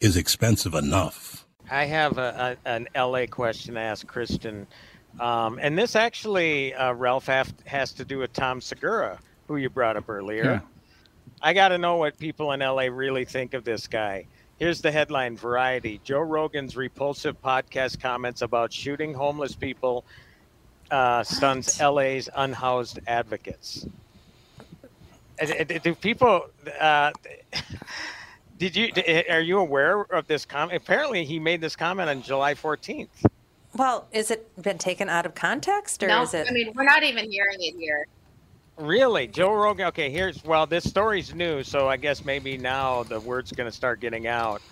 is expensive enough.
I have a, a, an LA question to ask Kristen. Um, and this actually, uh, Ralph, have, has to do with Tom Segura, who you brought up earlier.
Yeah.
I got to know what people in LA really think of this guy. Here's the headline Variety Joe Rogan's repulsive podcast comments about shooting homeless people uh, stuns LA's unhoused advocates. Uh, Do do people. Uh, Did you? d- Are you aware of this comment? Apparently, he made this comment on July 14th.
Well, is it been taken out of context or
no,
is it?
I mean, we're not even hearing it here.
Really, Joe Rogan? Okay, here's well, this story's new, so I guess maybe now the word's going to start getting out.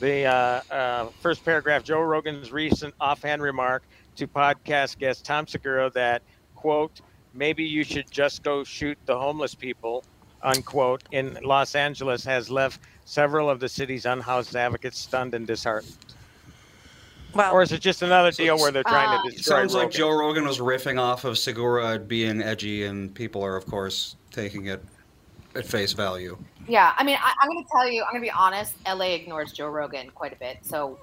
The uh, uh, first paragraph: Joe Rogan's recent offhand remark to podcast guest Tom Segura that quote maybe you should just go shoot the homeless people unquote in Los Angeles has left several of the city's unhoused advocates stunned and disheartened.
Well,
or is it just another deal where they're trying to
uh, It
destroy?
sounds like
Rogan?
Joe Rogan was riffing off of Segura being edgy, and people are, of course, taking it at face value.
Yeah, I mean, I, I'm going to tell you, I'm going to be honest. LA ignores Joe Rogan quite a bit, so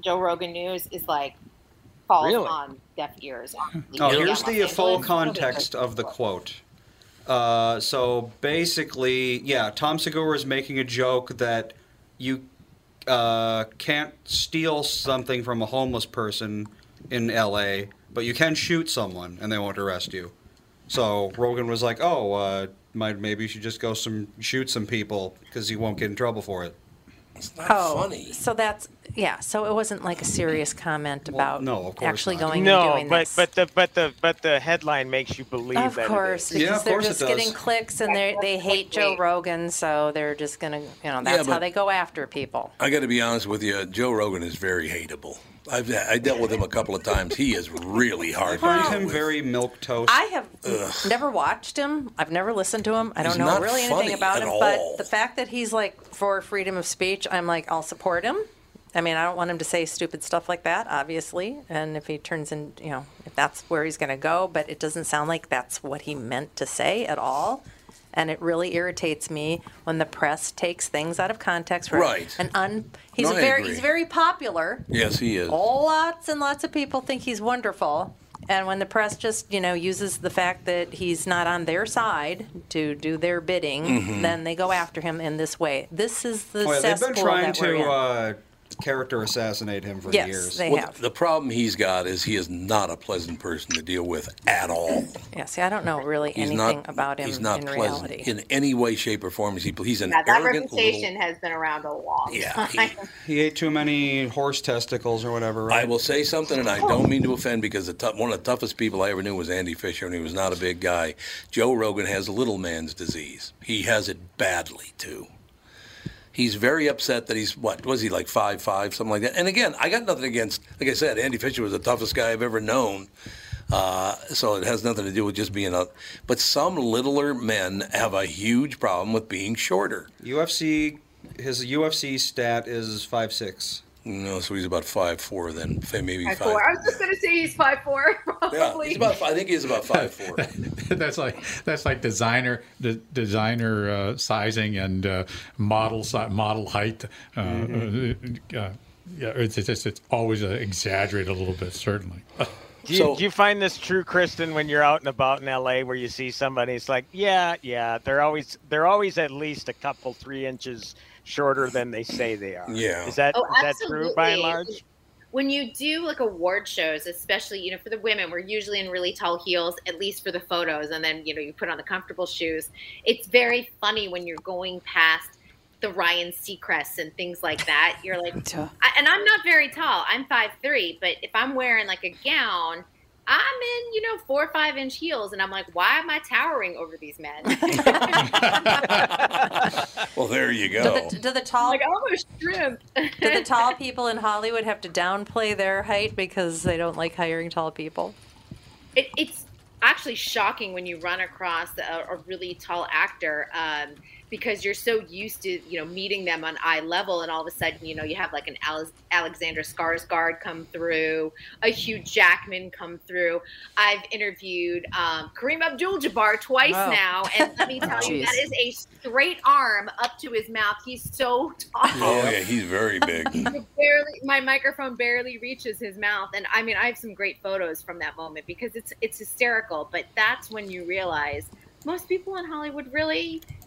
Joe Rogan news is like falls
Really?
on deaf ears.
Oh,
Yeah,
here's
Los
the full
Angeles.
context of the quote. Uh, so basically, yeah, Tom Segura is making a joke that you uh, can't steal something from a homeless person in LA, but you can shoot someone and they won't arrest you. So Rogan was like, "Oh, uh, might maybe you should just go some shoot some people because you won't get in trouble for it."
oh, so that's yeah. So it wasn't like a serious comment about
no, of course
actually
not.
going
no,
and doing
but
this.
but the but the but the headline makes you believe
Of
that. it
course,
is.
because they're just getting clicks and they they hate Joe Rogan, so they're just gonna you know that's
but-
how they go after people.
I got to be honest with you. Joe Rogan is very hateable. I've I dealt with him a couple of times. He is really hard.
Find him very milk toast.
I have never watched him. I've never listened to him. I don't
He's
know
not
really
funny
anything about
at
him.
all.
But the fact that he's like for freedom of speech, I'm like I'll support him. I mean, I don't want him to say stupid stuff like that, obviously. And if he turns in, you know, if that's where he's going to go, but it doesn't sound like that's what he meant to say at all. And it really irritates me when the press takes things out of context. where
Right.
And un, he's
No, I
very
agree.
he's very popular.
Yes, he is.
Lots and lots of people think he's wonderful. And when the press just, you know, uses the fact that he's not on their side to do their bidding,
Mhm.
Mm-hmm.
then they go after him in this way. This is the
Oh, yeah, they've
cesspool
been trying
that we're
to
in.
uh, character assassinate him for
Yes,
years.
they Well, have.
The problem he's got is he is not a pleasant person to deal with at all.
Yeah, see, I don't know really
He's
anything
not
about him
He's not
in
pleasant
reality.
in any way, shape, or form. He's, he's an
Yeah, that
arrogant little
reputation has been around a long
Yeah,
time.
He ate too many horse testicles or whatever.
I will say something, and I don't mean to offend because the tou- one of the toughest people I ever knew was Andy Fisher, and he was not a big guy. Joe Rogan has little man's disease. He has it badly too. He's very upset that he's what was he like five five something like that. And again, I got nothing against. Like I said, Andy Fisher was the toughest guy I've ever known. Uh, so it has nothing to do with just being a. But some littler men have a huge problem with being shorter.
UFC, his UFC stat is five six.
No, so he's about five four then, maybe
Five,
five.
four. I was just gonna say he's five four, probably.
he's about. I think he's about five four.
that's like that's like designer de- designer uh, sizing and uh, model si- model height. Uh,
Mm-hmm.
uh, uh, yeah, it's, it's just it's always uh, exaggerated a little bit, certainly.
Do you, do you find this true, Kristen, when you're out and about in LA, where you see somebody, it's like, yeah, yeah, they're always they're always at least a couple three inches shorter than they say they are.
Yeah.
is that
Oh,
is that true by and
absolutely.
large?
when you do like award shows, especially you know for the women, we're usually in really tall heels, at least for the photos, and then you know you put on the comfortable shoes. It's very funny when you're going past the Ryan Seacrest and things like that. You're like, I, and I'm not very tall. I'm five three, but if I'm wearing like a gown. I'm in, you know, four or five inch heels, and I'm like, why am I towering over these men?
Well, there you
Do
go.
the, do the tall do the tall people in Hollywood have to downplay their height because they don't like hiring tall people?
It, it's actually shocking when you run across a, a really tall actor um, because you're so used to you know meeting them on eye level, and all of a sudden you know you have like an Alex, Alexander Skarsgård come through, a Hugh Jackman come through. I've interviewed um, Kareem Abdul-Jabbar twice
Wow.
now, and let me tell you
Jeez.
that is a straight arm up to his mouth. He's so tall.
Oh yeah, he's very big.
I barely my microphone barely reaches his mouth and i mean i have some great photos from that moment because it's it's hysterical but that's when you realize most people in hollywood really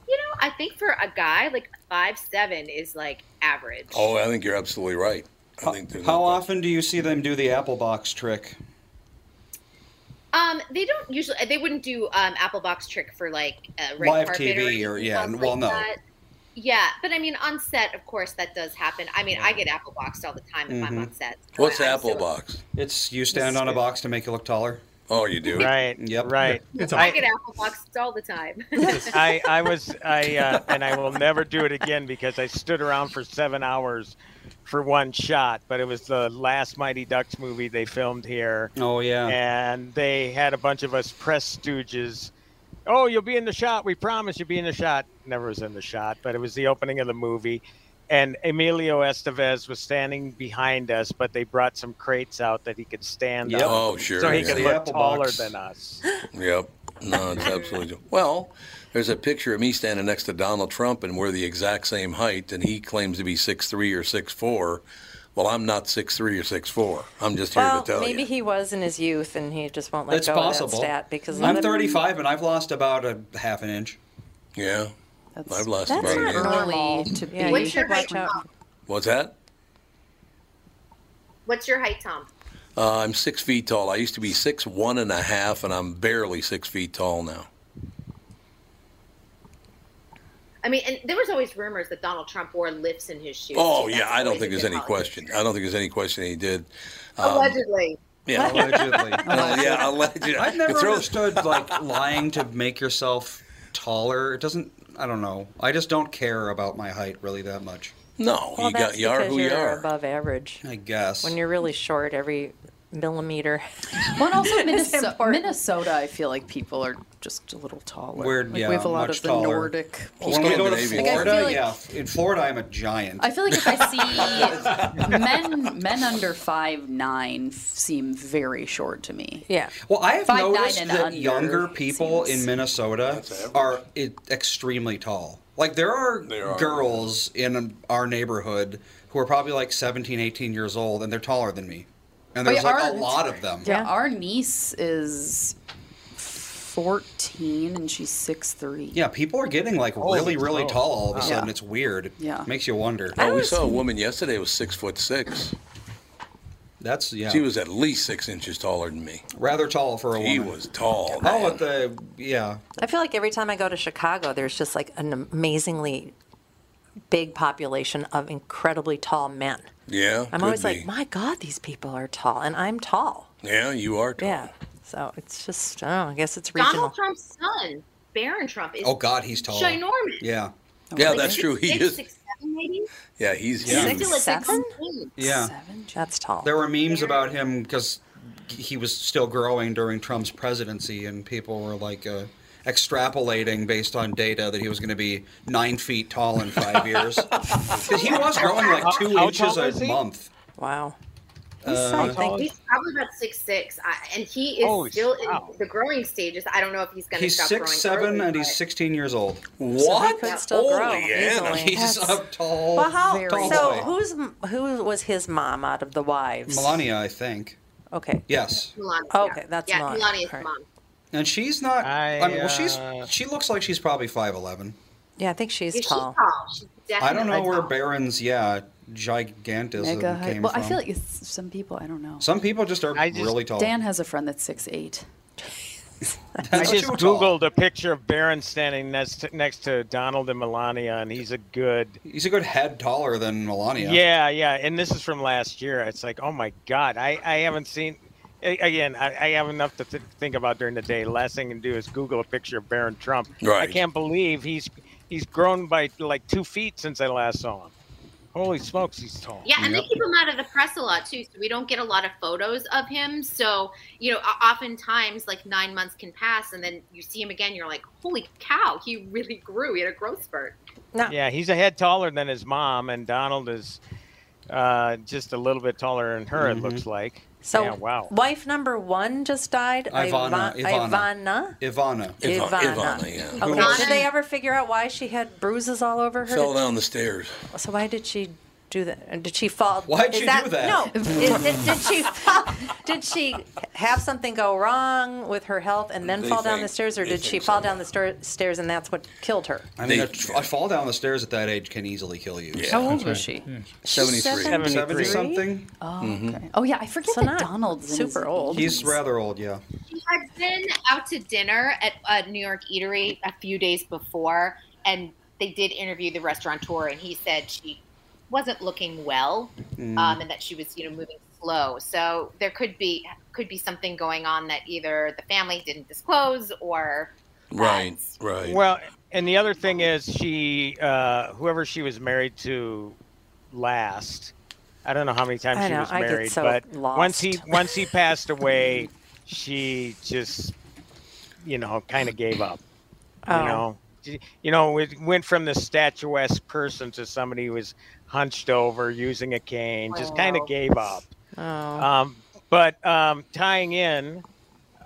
you know i think for a guy like five seven is like average
Oh, I think you're absolutely right. I think there's
How often do you see them do the apple box trick?
um they don't usually they wouldn't do um apple box trick for like uh, red
Live
carpet
TV or,
anything
yeah,
else
well, no.
that. yeah but i mean on set of course that does happen i mean i get apple boxed all the time if i'm
Mhm.
on set
What's apple box?
It's you stand on a box to make you look taller.
Oh, you do.
Right.
Yep.
Right.
I get apple boxed all the time
I, I was I uh, and I will never do it again because I stood around for seven hours for one shot. But it was the last Mighty Ducks movie they filmed here.
Oh yeah.
And they had a bunch of us press stooges. Oh, you'll be in the shot. We promise you'll be in the shot. Never was in the shot, but it was the opening of the movie. And Emilio Estevez was standing behind us, but they brought some crates out that he could stand
Yep.
up.
Oh, sure,
So he
yeah.
could
The
look
apple
taller
box.
than us.
Yep. No, it's absolutely. Well, there's a picture of me standing next to Donald Trump, and we're the exact same height, and he claims to be six three or six four. Well, I'm not six three or six four. I'm just here
well,
to tell
maybe
you.
he was in his youth and he just won't let
it's
go
possible.
of that stat because
I'm
of the-
35 and I've lost about a half an inch.
Yeah. I've lost
That's
about an
not
inch.
normal to be.
Yeah, you should watch
out.
What's that?
what's your height tom
Uh, I'm six feet tall. I used to be six one and a half, and I'm barely six feet tall now.
I mean, and there was always rumors that Donald Trump wore lifts in his shoes.
Oh
too.
yeah,
That's
I don't
always
think
a
there's
big
any
holiday.
question. I don't think there's any question he did. Um,
Allegedly.
Yeah,
Allegedly.
Uh, yeah, allegedly.
I've never
You throw-
understood like lying to make yourself taller. It doesn't. I don't know. I just don't care about my height really that much.
No,
Well, that's because you're
I
above average.
guess.
When you're really short, every millimeter.
Well, and also Minnesota, Minnesota, I feel like people are just a little taller.
Weird,
like,
yeah.
We have a lot
much
of the
taller.
Nordic.
Well, when we go to
Like, I feel
Florida,
like-
yeah, in Florida I'm a giant.
I feel like if I see men men under five nine seem very short to me.
Yeah.
Well, I have
Five, nine,
noticed
and
that
under
younger people in Minnesota are i- extremely tall. Like there are,
are.
girls in our neighborhood who are probably like 17, 18 years old, and they're taller than me. And
Oh,
there's
yeah,
like a
our-
lot of them.
Yeah. Our niece is fourteen and she's six three.
Yeah, people are getting like
Oh,
really, really
oh,
tall all of a
wow.
sudden.
Yeah.
It's weird.
Yeah.
Makes you wonder.
Oh, we saw a woman yesterday who was six foot six.
That's yeah.
She was at least six inches taller than me.
Rather tall for a
She
woman.
was tall.
Oh, at the yeah.
I feel like every time I go to Chicago, there's just like an amazingly big population of incredibly tall men.
Yeah.
I'm
could
always
be.
like, my God, these people are tall, and I'm tall.
Yeah, you are. Tall.
Yeah. So it's just, oh, I don't know, I guess it's regional.
Donald Trump's son, Barron Trump, is
Oh God, he's tall.
ginormous.
Yeah.
Oh,
Yeah, that's true. He
Six,
is.
six, seven, maybe?
Yeah, he's
Yeah.
huge.
Still a six,
Seven?
eight.
Yeah.
That's tall.
There were memes about him because he was still growing during Trump's presidency, and people were like uh, extrapolating based on data that he was going to be nine feet tall in five years. 'Cause he was growing like
How-
two
how
inches
tall
a
is he?
month.
Wow.
Uh,
He's probably about six six, and he is
Holy
still in the growing stages. I don't know if he's going to
He's
stop
six
growing
seven,
early,
and he's
but-
sixteen years old.
What? could still Holy grow Anna. easily.
He's
That's-
a tall,
well, how,
tall
so
boy.
who's m- who was his mom out of the wives?
Melania, I think.
Okay.
Yes.
Melania,
Okay,
yeah.
Oh, that's
yeah,
Melania,
Melania's
correct.
mom.
And she's not. I, mean, well, she's
uh,
she looks like she's probably five eleven.
Yeah, I think she's
Yeah,
tall.
She's tall. She's definitely
I don't know where
tall.
Barron's yeah gigantism
Mega height.
came
Well,
from.
I feel like it's some people. I don't know.
Some people just are really tall.
Dan has a friend that's six eight.
I
That's
just
too tall.
googled a picture of Barron standing next to, next to Donald and Melania, and he's a good.
He's a good head taller than Melania.
Yeah, yeah, and this is from last year. It's like, oh my god, I I haven't seen. a- Again, I, I have enough to th- think about during the day. Last thing I can do is Google a picture of Barron Trump. I
Right.
can't believe he's he's grown by like two feet since I last saw him. Holy smokes, he's tall.
Yeah, and they keep him out of the press a lot too, so we don't get a lot of photos of him. So you know, o- oftentimes like nine months can pass, and then you see him again. You're like, holy cow, he really grew. He had a growth spurt.
Yeah, he's a head taller than his mom, and Donald is uh, just a little bit taller than her. It looks like.
So,
yeah, wow.
wife number one just died.
Ivana.
Ivan-
Ivana. Ivana.
Ivana.
yeah.
Okay. Did they ever figure out why she had bruises all over her?
Fell down the stairs.
So why did she do that? And Did she fall?
Why'd
is
she do that?
No. Is- did, did she fall, did she have something go wrong with her health and then
They
fall down
think-
the stairs, or
they
did she
think
fall down the stair, stairs and that's what killed her?
I mean, a, a fall down the stairs at that age can easily kill you.
Yeah. How old That's was right. she? Yeah.
Seventy three.
73.
something.
Oh,
Mm-hmm.
okay. Oh yeah, I forget that Donald's in his
super old.
He's rather old. Yeah.
He had been out to dinner at a New York eatery a few days before, and they did interview the restaurateur, and he said she wasn't looking well,
Mm.
um, and that she was, you know, moving slow. So there could be could be something going on that either the family didn't disclose or
Right. Right.
Well, and the other thing is, she, uh, whoever she was married to last, I don't know how many times
I
she
know,
was
I get
married,
so
but
lost.
once he once he passed away, she just, you know, kind of gave up.
Oh.
You know, She- you know, it went from this statuesque person to somebody who was hunched over, using a cane, just kind
Oh.
of gave up.
Oh.
Um, but um, tying in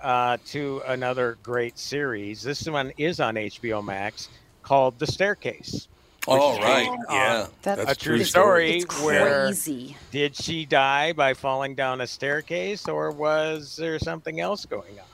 uh, to another great series, this one is on HBO Max called The Staircase. which
Oh,
is
right.
based on
Yeah.
a
That's
true,
true
story.
story. It's
where
crazy.
did she die by falling down a staircase, or was there something else going on?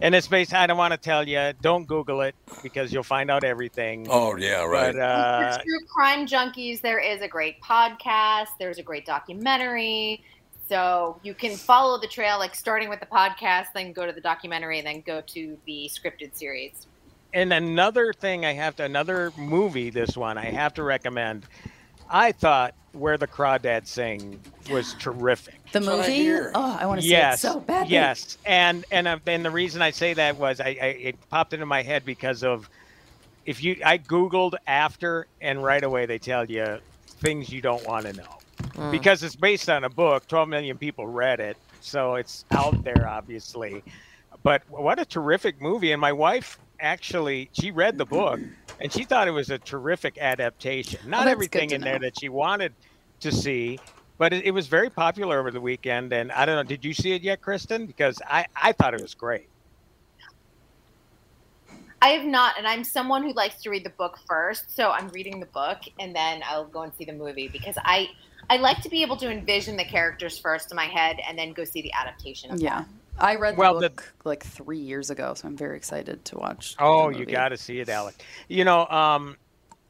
And it's based. I don't want to tell you. Don't Google it because you'll find out everything.
Oh, yeah, right.
But, uh,
For true crime junkies, there is a great podcast. There's a great documentary. So you can follow the trail, like starting with the podcast, then go to the documentary, and then go to the scripted series.
and another thing I have to another movie this one I have to recommend. I thought Where the Crawdads Sing was terrific.
The movie. oh, I want to
yes,
see it so badly.
Yes, and and uh, and the reason I say that was I, I it popped into my head because of if you I googled after and right away they tell you things you don't want to know
Mm.
because it's based on a book. Twelve million people read it, so it's out there obviously. But what a terrific movie! And my wife actually she read the book and she thought it was a terrific adaptation. Not
Oh, that's good
everything
to
in there
know.
that she wanted to see. But it, it was very popular over the weekend, and I don't know. Did you see it yet, Kristen? Because I, I thought it was great.
I have not, and I'm someone who likes to read the book first. So I'm reading the book, and then I'll go and see the movie because I I like to be able to envision the characters first in my head, and then go see the adaptation. Of
Yeah. I read the
Well, the-
book like three years ago, so I'm very excited to watch.
Oh,
the
you
movie.
got to see it, Alec. You know, um,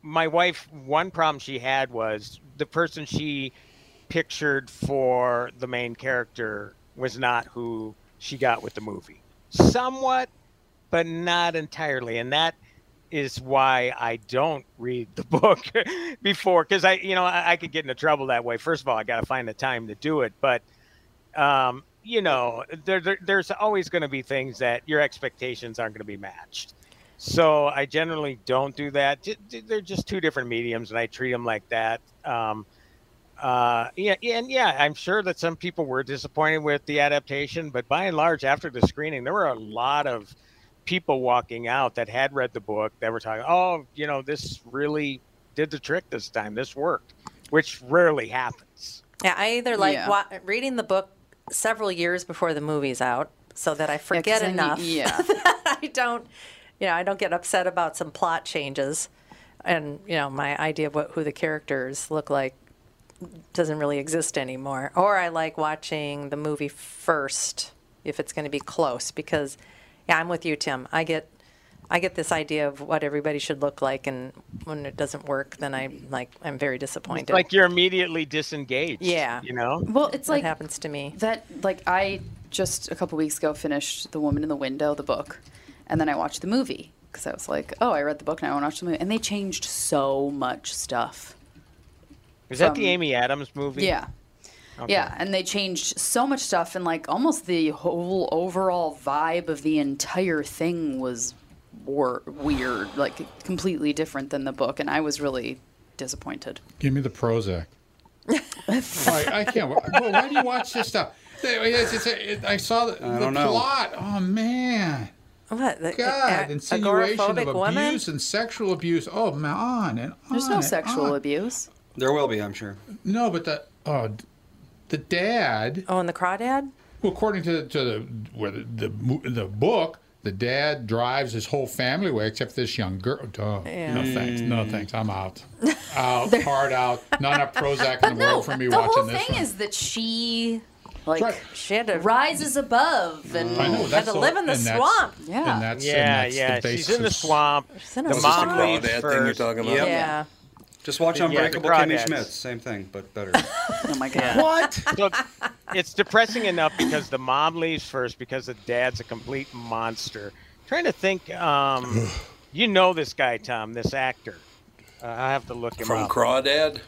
my wife. One problem she had was the person she pictured for the main character was not who she got with the movie. Somewhat, but not entirely, and that is why I don't read the book before because I, you know, I, I could get into trouble that way. First of all, I got to find the time to do it, but um, you know, there, there, there's always going to be things that your expectations aren't going to be matched. So I generally don't do that. J- j- They're just two different mediums, and I treat them like that. Um, uh, yeah, and yeah, I'm sure that some people were disappointed with the adaptation, but by and large, after the screening, there were a lot of people walking out that had read the book that were talking, "Oh, you know, this really did the trick this time. This worked," which rarely happens.
Yeah, I either like
Yeah.
wa- reading the book several years before the movie's out so that I forget
then you-
enough.
yeah.
that I don't, you know, I don't get upset about some plot changes, and you know, my idea of what who the characters look like doesn't really exist anymore. Or I like watching the movie first if it's going to be close because, yeah, I'm with you, Tim. I get. I get this idea of what everybody should look like, and when it doesn't work, then I am like I'm very disappointed.
It's like you're immediately disengaged.
Yeah.
You know?
Well, it's
That
like
happens to me.
That like I just a couple weeks ago finished The Woman in the Window, the book, and then I watched the movie because I was like, oh, I read the book now I want to watch the movie, and they changed so much stuff.
Is that
from-
the Amy Adams movie?
Yeah. Yeah, and they changed so much stuff, and like almost the whole overall vibe of the entire thing was wor- weird, like completely different than the book, and I was really disappointed.
Give me the Prozac. I, I can't. wa- Well, why do you watch this stuff? It's- it's- it- I saw uh, the,
I
the
don't know.
plot. Oh man.
What? The,
God,
a-
insinuation of
agoraphobic woman?
abuse and sexual abuse. Oh, man, on and on.
There's no
and
sexual
on.
abuse.
There will be, I'm sure.
No, but the oh, d- the dad.
Oh, and the crawdad.
Well, according to to the where the, the mo- the book, the dad drives his whole family away except for this young girl. Oh,
Yeah.
No thanks. No
Mm.
thanks. I'm out. Out. hard out. Not enough Prozac in the world for me
the
watching
whole
this.
thing
one.
is that she, like,
she had to
rises above and
I know,
had
that's
to
the-
live in the
and that's-
swamp.
Yeah. and that's-
yeah,
and that's the
yeah. She's in the
basis.
swamp.
She's
The
in a
mom
swamp.
leaves
Crawdad thing
first.
you're talking about?
Yeah.
Just watch
Yeah,
Unbreakable
the
Kimmy
crawdads.
Schmidt. Same thing, but better.
oh my
God.
What?
So it's depressing enough because the mom leaves first because the dad's a complete monster. trying to think. Um, you know this guy, Tom, this actor. Uh, I have to look him
From
up.
Crawdad?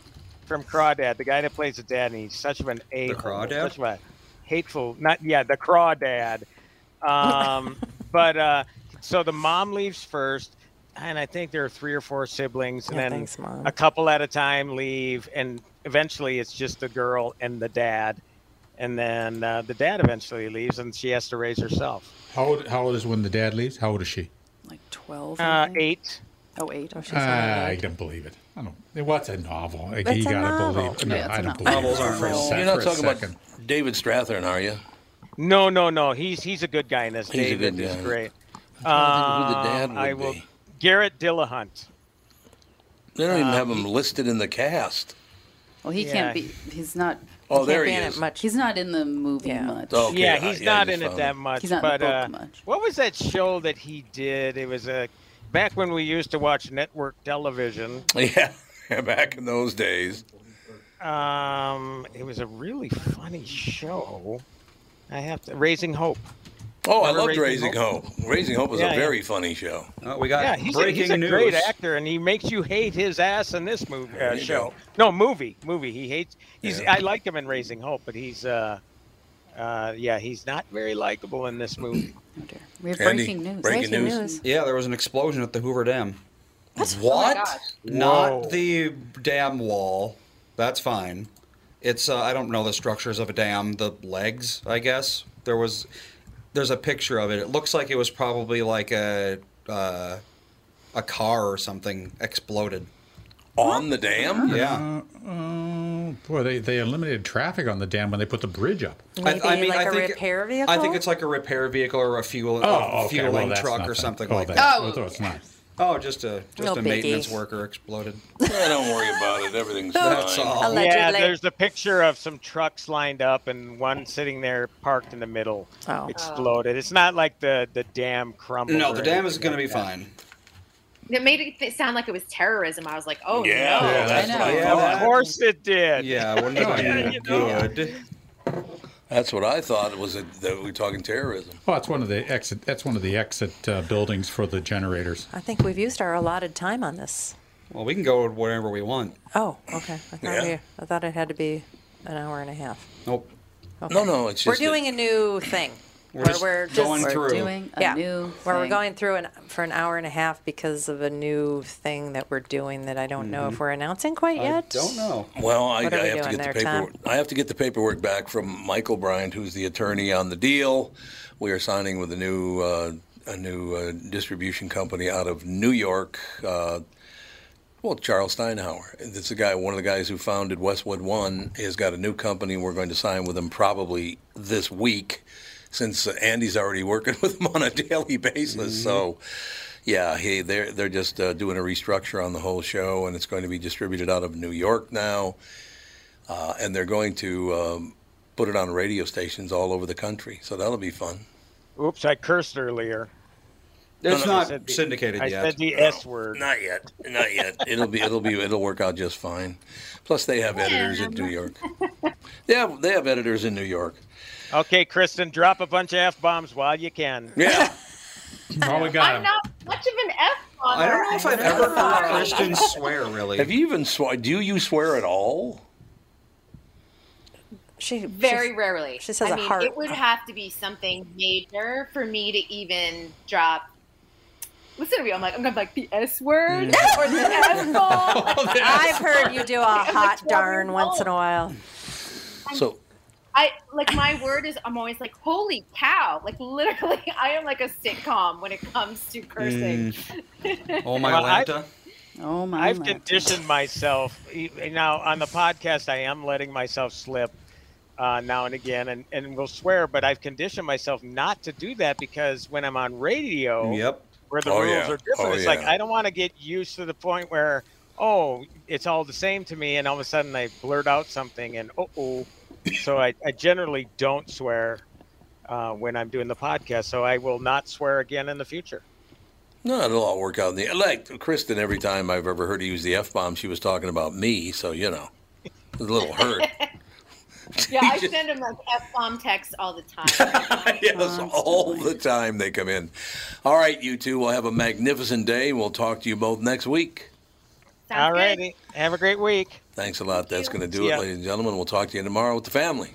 From Crawdad, the guy that plays the dad, and he's such of an a
Crawdad?
such of a hateful. Not yeah, the Crawdad. Um, but uh, so the mom leaves first, and I think there are three or four siblings, and
Yeah,
then
thanks, Mom.
a couple at a time leave, and eventually it's just the girl and the dad, and then uh, the dad eventually leaves, and she has to raise herself.
How old, how old is when the dad leaves? How old is she?
Twelve.
Uh, eight.
Oh, eight. Oh, she's
Ah, I don't believe it. I don't. What's a novel? Like,
It's
you
a
gotta
novel.
believe. It. No,
Yeah, it's
I
a
don't
novel.
believe
Novels
it.
aren't
for a
real.
sec-
You're not
for a
talking
second.
about David Strathern, are you?
No, no, no. He's he's a good guy in this.
He's a
David
good
is
guy.
great.
trying to think who the
Um,
dad would
I will.
be.
Garrett Dillahunt.
They don't
Uh,
even have him listed in the cast.
Well, he
Yeah.
can't be. He's not.
Oh, there he is. Oh,
He's not in the movie much.
Okay,
yeah,
I-
he's
yeah, I
not
just
in it
found
that
him.
much.
He's not in
but
the book
uh, what was that show that he did? It was a back when we used to watch network television.
Yeah, back in those days.
Um, it was a really funny show. I have to Raising Hope.
Oh, I
Remember
loved Raising Hope. Uh, Raising Hope was
Yeah,
a
yeah.
very funny show.
Oh, we got
yeah, he's a, he's a great actor, and he makes you hate his ass in this movie
There
uh,
you
show.
go.
No, movie, movie. He hates. He's.
Yeah.
I like him in Raising Hope, but he's. Uh, uh, yeah, he's not very likable in this movie.
We have
Andy,
breaking news.
breaking
Breaking news. news.
Yeah, there was an explosion at the Hoover Dam. What?
Oh
Whoa.
Not the dam wall. That's fine. It's uh, I don't know the structures of a dam. The legs, I guess. There was there's a picture of it. It looks like it was probably like a uh, a car or something exploded
on the dam.
Yeah.
Uh, oh, boy, they, they eliminated traffic on the dam when they put the bridge up.
Maybe like a repair vehicle.
I think it's like a repair vehicle or a fuel
Oh,
a
okay,
fueling
well, that's
truck or
nothing.
something
Oh,
like
that's-
that.
Oh, so it's not.
Oh, just a just
No
a maintenance
biggie.
worker exploded.
don't worry about it. Everything's
That's
fine.
all.
Yeah, there's a picture of some trucks lined up and one sitting there parked in the middle,
Oh.
exploded. It's not like the the dam crumbled.
No, the
or
dam is
anything
going to be
like that.
fine.
It made it th- sound like it was terrorism. I was like, oh
Yeah,
no.
yeah, that's what I
Yeah,
thought.
of course it did.
Yeah, wouldn't have been good.
That's what I thought was it, that we were talking terrorism.
Well, that's one of the exit. That's one of the exit uh, buildings for the generators.
I think we've used our allotted time on this.
Well, we can go wherever we want.
Oh, okay. I thought,
Yeah.
we, I thought it had to be an hour and a half.
Nope.
Okay.
No, no, it's
we're
just a-
doing a, new thing.
We're
where
just
we're just
going We're through. doing
a
yeah,
new
where we're
thing.
going through an, for an hour and a half because of a new thing that we're doing that I don't know
Mm-hmm.
if we're announcing quite yet.
Well, I, I
What are we
have to
doing
get the
there, Tom?
paperwork. I have to get the paperwork back from Michael Bryant, who's the attorney on the deal. We are signing with a new uh, a new uh, distribution company out of New York. Uh, well, Charles Steinhauer. That's a guy. One of the guys who founded Westwood One has got a new company. We're going to sign with him probably this week, since Andy's already working with him on a daily basis. So. Yeah, hey, they're they're just uh, doing a restructure on the whole show, and it's going to be distributed out of New York now, uh, and they're going to um, put it on radio stations all over the country. So that'll be fun.
Oops, I cursed earlier.
It's
I
not
said the-
syndicated
I
yet.
said the S word.
Not yet. Not yet. It'll be it'll be it'll work out just fine. Plus, they have editors in New York. Yeah, they have editors in New York.
Okay, Kristen, drop a bunch of f bombs while you can.
Yeah.
oh, we
I'm not much of an F on
I don't know if I've ever heard
Sorry.
Christian swear really.
Have you even sw- do you swear at all?
She
Very rarely.
she says
I
a
mean,
heart.
it would have to be something major for me to even drop. What's gonna be? I'm like, I'm gonna be like the S word or the F bomb.
I've heard you do a hot darn once in a while.
So
I like my word is. I'm always like, holy cow! Like literally, I am like a sitcom when it comes to cursing.
Oh my
Well, I-
lanta.
Oh my!
I've conditioned myself. e- Now on the podcast, I am letting myself slip uh, now and again, and and will swear, but I've conditioned myself not to do that because when I'm on radio,
Yep.
where the
Oh,
rules
yeah.
are different,
Oh,
it's
yeah.
like I don't want to get used to the point where oh, it's all the same to me, and all of a sudden I blurt out something, and oh, oh. so I, I generally don't swear. Uh, when I'm doing the podcast, so I will not swear again in the future.
No, it'll all work out. In the, like Kristen, every time I've ever heard her use the f bomb, she was talking about me. So you know, it was a little hurt.
yeah, I send him like F bomb texts all the time.
yes, all the time they come in. All right, you two. We'll have a magnificent day. We'll talk to you both next week.
All righty. Have a great week.
Thanks a lot. That's going to do
See
it,
ya.
ladies and gentlemen. We'll talk to you tomorrow with the family.